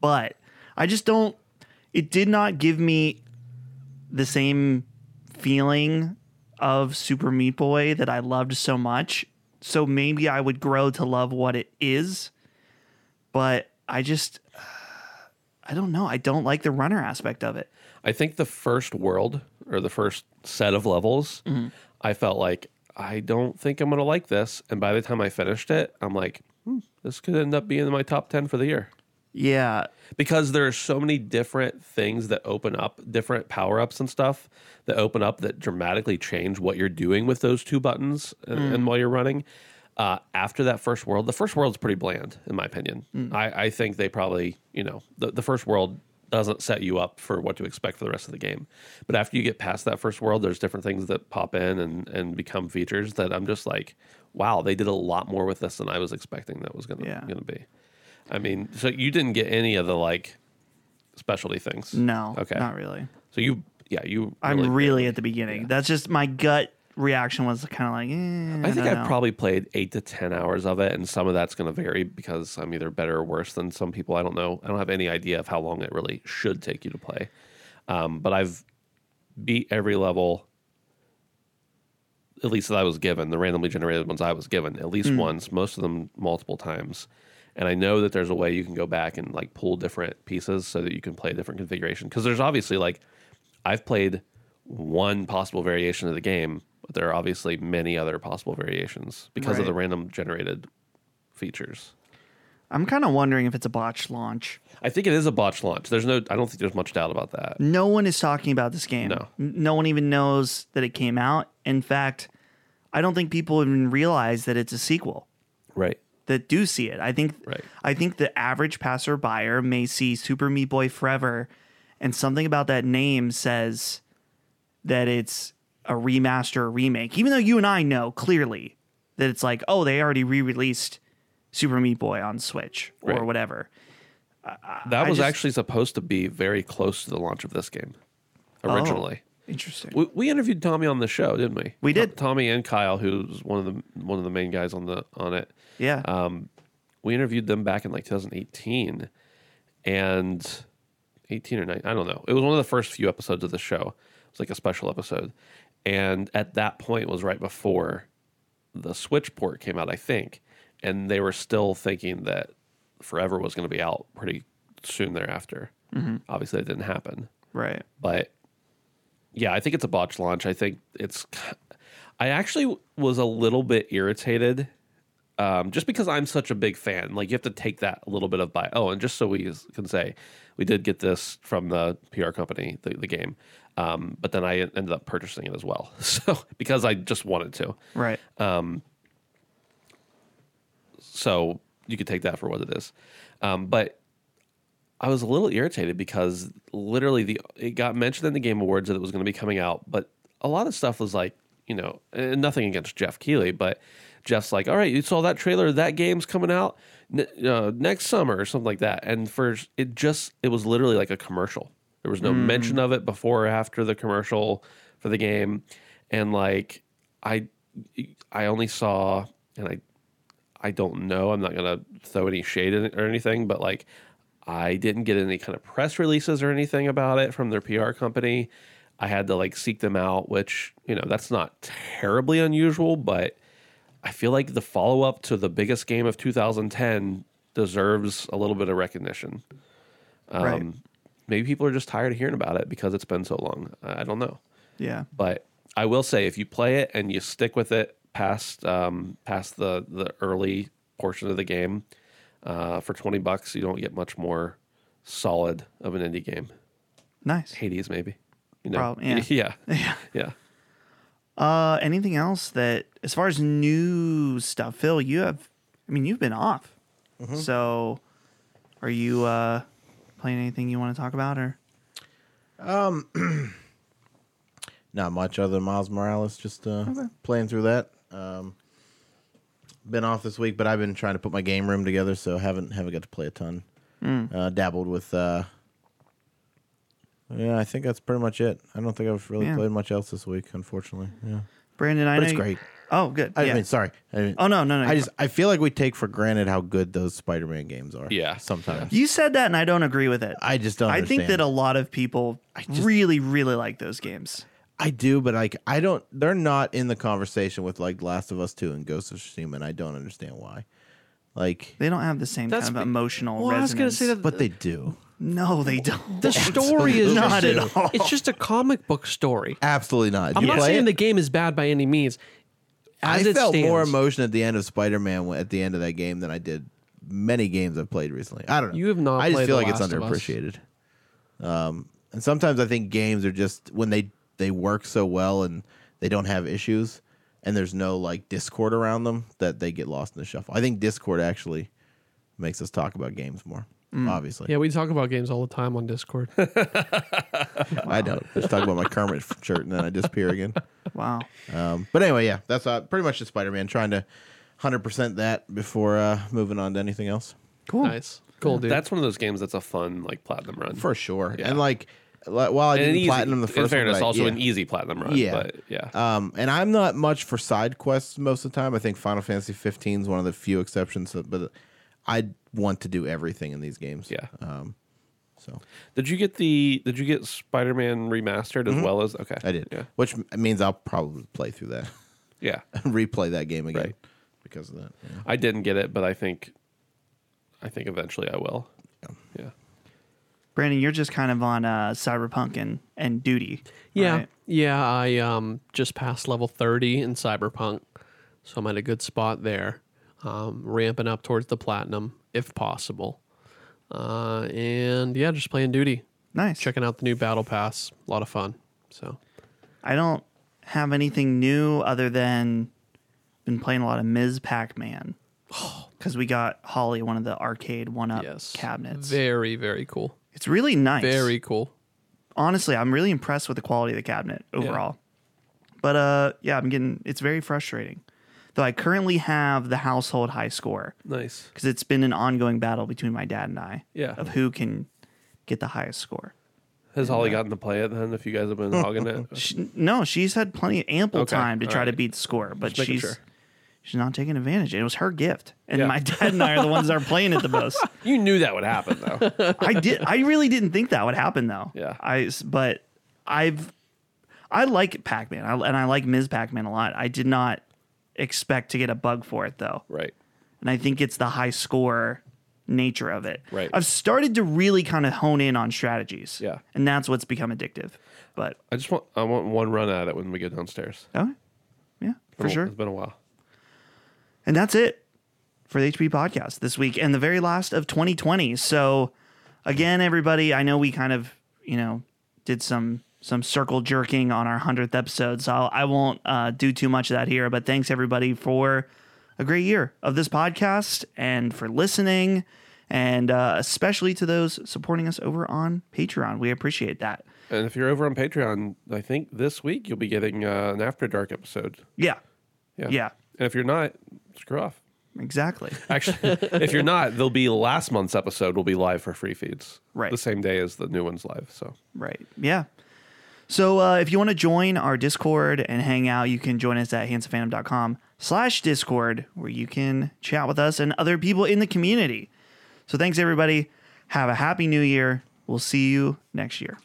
S1: But I just don't it did not give me the same feeling of Super Meat Boy that I loved so much. So maybe I would grow to love what it is, but I just I don't know. I don't like the runner aspect of it.
S3: I think the first world or the first set of levels, I felt like I don't think I'm going to like this. And by the time I finished it, I'm like, hmm, this could end up being in my top 10 for the year.
S1: Yeah.
S3: because there are so many different things that open up, different power ups and stuff that open up that dramatically change what you're doing with those two buttons and, and while you're running. Uh, after that first world, the first world's pretty bland, in my opinion. I, I think they probably, you know, the, the first world doesn't set you up for what to expect for the rest of the game. But after you get past that first world, there's different things that pop in and, and become features that I'm just like, wow, they did a lot more with this than I was expecting that was gonna
S1: Yeah.
S3: gonna be. I mean, so you didn't get any of the like specialty things.
S1: No.
S3: Okay.
S1: Not really.
S3: So you, yeah, you.
S1: I'm really at the beginning. That's just my gut reaction was kind of like, eh,
S3: I think
S1: don't
S3: I've
S1: know.
S3: probably played eight to ten hours of it, and some of that's going to vary because I'm either better or worse than some people. I don't know. I don't have any idea of how long it really should take you to play. Um, but I've beat every level, at least that I was given, the randomly generated ones I was given, at least once, most of them multiple times. And I know that there's a way you can go back and like pull different pieces so that you can play a different configuration. Because there's obviously like, I've played one possible variation of the game, but there are obviously many other possible variations because of
S1: Right.
S3: the random generated features.
S1: I'm kind of wondering if it's a botched launch.
S3: I think it is a botch launch. There's no, I don't think there's much doubt about that.
S1: No one is talking about this game.
S3: No.
S1: N- No one even knows that it came out. In fact, I don't think people even realize that it's a sequel.
S3: Right.
S1: that do see it. I think
S3: Right.
S1: I think the average passer buyer may see Super Meat Boy Forever and something about that name says that it's a remaster or remake. Even though you and I know clearly that it's like, oh, they already re-released Super Meat Boy on Switch or
S3: Right.
S1: whatever.
S3: That
S1: I
S3: was
S1: just-
S3: actually supposed to be very close to the launch of this game originally.
S1: Interesting.
S3: We, we interviewed Tommy on the show, didn't we?
S1: Oh. We did.
S3: Tom- Tommy and Kyle, who's one of the one of the main guys on the on it.
S1: yeah.
S3: Um, We interviewed them back in like 2018, and 18 or 9, I don't know. It was one of the first few episodes of the show. It was like a special episode, and at that point was right before the Switch port came out, I think, and they were still thinking that Forever was going to be out pretty soon thereafter. Obviously, that didn't happen
S1: right.
S3: but yeah, I think it's a botched launch. I think it's. I actually was a little bit irritated, um, just because I'm such a big fan. Like you have to take that a little bit of by. Oh, and just so we can say, we did get this from the PR company, the, the game, um, but then I ended up purchasing it as well. So because I just wanted to,
S1: Right.
S3: uh, so you could take that for what it is. Um, but I was a little irritated because literally the it got mentioned in the Game Awards that it was going to be coming out, but a lot of stuff was like, you know, and nothing against Jeff Keighley, but Jeff's like, all right, you saw that trailer, that game's coming out n- uh, next summer or something like that, and for it just it was literally like a commercial. There was no mention of it before or after the commercial for the game, and like I I only saw and I I don't know. I'm not gonna throw any shade in it or anything, but like I didn't get any kind of press releases or anything about it from their PR company. I had to like seek them out, which you know that's not terribly unusual, but I feel like the follow up to the biggest game of 2010 deserves a little bit of recognition. Um,
S1: Right.
S3: Maybe people are just tired of hearing about it because it's been so long. I I don't know
S1: Yeah.
S3: but I will say if you play it and you stick with it past um, past the the early portion of the game uh, for twenty bucks, you don't get much more solid of an indie game.
S1: Nice.
S3: Hades, maybe. You
S1: Prob- yeah.
S3: yeah, yeah,
S1: Uh anything else that as far as new stuff, Phil, you have I mean you've been off.
S2: Mm-hmm.
S1: So are you uh playing anything you want to talk about or
S4: Not much other than Miles Morales. Just uh, playing through that. Um, been off this week, but I've been trying to put my game room together, so haven't haven't got to play a ton.
S1: Mm.
S4: Uh, dabbled with. Uh, yeah, I think that's pretty much it. I don't think I've really
S1: Yeah.
S4: played much else this week, unfortunately. Yeah,
S1: Brandon, I
S4: but
S1: know
S4: it's
S1: you-
S4: great.
S1: Oh, good.
S4: I
S1: yeah.
S4: mean, sorry. I mean,
S1: Oh, no, no, no,
S4: I
S1: you're
S4: just I feel like we take for granted how good those Spider-Man games are.
S3: Yeah.
S4: sometimes
S1: you said that, and I don't agree with it.
S4: I just don't.
S1: I think
S4: understand.
S1: that a lot of people really, really like those games.
S4: I do, but like I don't. They're not in the conversation with like Last of Us Two and Ghost of Tsushima, and I don't understand why. Like,
S1: They don't have the same
S2: That's
S1: kind
S2: be-
S1: of emotional
S2: Well, I was
S1: resonance.
S2: gonna say that
S4: but they do.
S1: No, they don't.
S2: the story is
S1: Not
S2: just
S1: at all.
S2: It's just a comic book story.
S4: Absolutely not.
S2: I'm
S4: You
S2: not
S4: play
S2: saying
S4: it?
S2: the game is bad by any means. As
S4: I
S2: it
S4: felt
S2: stands,
S4: more emotion at the end of Spider-Man at the end of that game than I did many games I've played recently. I don't know.
S2: You have not
S4: I just
S2: played
S4: feel
S2: The
S4: like it's
S2: Last of Us.
S4: underappreciated. Um, and sometimes I think games are just when they they work so well and they don't have issues and there's no like discord around them that they get lost in the shuffle. I think discord actually makes us talk about games more.
S2: Mm.
S4: Obviously,
S2: Yeah, we talk about games all the time on Discord.
S4: I don't. Just talk about my Kermit shirt and then I disappear again.
S1: Wow.
S4: Um, but anyway, yeah, that's uh, pretty much the Spider-Man. Trying to 100% that before uh, moving on to anything else.
S1: Cool.
S2: nice, cool, dude.
S3: That's one of those games that's a fun like platinum run.
S4: For sure.
S3: Yeah.
S4: And like, li- while I
S3: And an
S4: didn't
S3: easy-
S4: platinum the
S3: in
S4: first
S3: fairness,
S4: one, but I-
S3: also
S4: yeah.
S3: an easy platinum run.
S4: Yeah.
S3: but yeah.
S4: Um, and I'm not much for side quests most of the time. I think Final Fantasy 15 is one of the few exceptions, that- but I want to do everything in these games.
S3: Yeah.
S4: Um, so
S3: Did you get the Did you get Spider Man remastered as well as okay?
S4: Mm-hmm. I did,
S3: Yeah.
S4: which m- means I'll probably play through that,
S3: Yeah.
S4: replay that game again
S3: Right.
S4: because of that. yeah.
S3: I didn't get it, but I think I think eventually I will. Yeah.
S1: Brandon, you're just kind of on uh, Cyberpunk and, and Duty.
S2: yeah,
S1: right?
S2: yeah. I um just passed level thirty in Cyberpunk, so I'm at a good spot there. Um, ramping up towards the platinum if possible, uh, and yeah, just playing duty,
S1: Nice.
S2: checking out the new battle pass. A lot of fun. So
S1: I don't have anything new other than been playing a lot of Ms. Pac-Man because we got Holly one of the arcade one-up
S2: yes,
S1: cabinets.
S2: Very, very cool.
S1: it's really nice.
S2: Very cool.
S1: honestly, I'm really impressed with the quality of the cabinet overall. But uh, yeah, I'm getting it's very frustrating. Though I currently have the household high score
S3: Nice.
S1: because it's been an ongoing battle between my dad and I
S3: Yeah.
S1: of who can get the highest score.
S3: Has Holly
S1: uh,
S3: gotten to play it then? If you guys have been hogging it,
S1: She, no, she's had plenty ample
S3: Okay,
S1: time to
S3: all
S1: try to
S3: right.
S1: beat the score, but
S3: Just making
S1: she's
S3: sure.
S1: she's not taking advantage. It was her gift, and
S3: Yeah.
S1: my dad and I are the ones that are playing it the most.
S3: you knew that would happen though.
S1: I did. I really didn't think that would happen though.
S3: Yeah.
S1: I s- but I've I like Pac-Man I, and I like Ms. Pac-Man a lot. I did not expect to get a bug for it though,
S3: right.
S1: and I think it's the high score nature of it.
S3: Right.
S1: I've started to really kind of hone in on strategies.
S3: Yeah.
S1: And that's what's become addictive. But
S3: I just want I want one run at it when we go downstairs.
S1: oh, yeah, for
S3: It's been a-
S1: sure.
S3: It's been a while.
S1: And that's it for the HP podcast this week and the very last of 2020. So again, everybody, I know we kind of, you know, did some some circle jerking on our 100th episode. So I'll, I won't uh, do too much of that here, but thanks everybody for a great year of this podcast and for listening and uh, especially to those supporting us over on Patreon. We appreciate that.
S3: And if you're over on Patreon, I think this week you'll be getting uh, an After Dark episode.
S1: Yeah.
S3: Yeah.
S1: Yeah.
S3: And if you're not, screw off.
S1: Exactly.
S3: Actually, if you're not, there'll be last month's episode will be live for free feeds.
S1: Right.
S3: The same day as the new one's live. So
S1: Right. Yeah. So uh, if you want to join our Discord and hang out, you can join us at handsomephantom.com slash Discord, where you can chat with us and other people in the community. So thanks, everybody. Have a happy new year. We'll see you next year.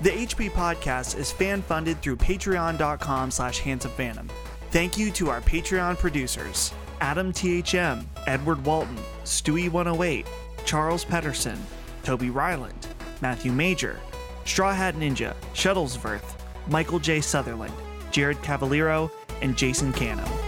S1: The HP Podcast is fan-funded through patreon.com slash handsomephantom. Thank you to our Patreon producers, Adam THM, Edward Walton, Stewie108, Charles Pedersen, Toby Ryland, Matthew Major, Straw Hat Ninja, Shuttlesworth, Michael J. Sutherland, Jared Cavallero, and Jason Cano.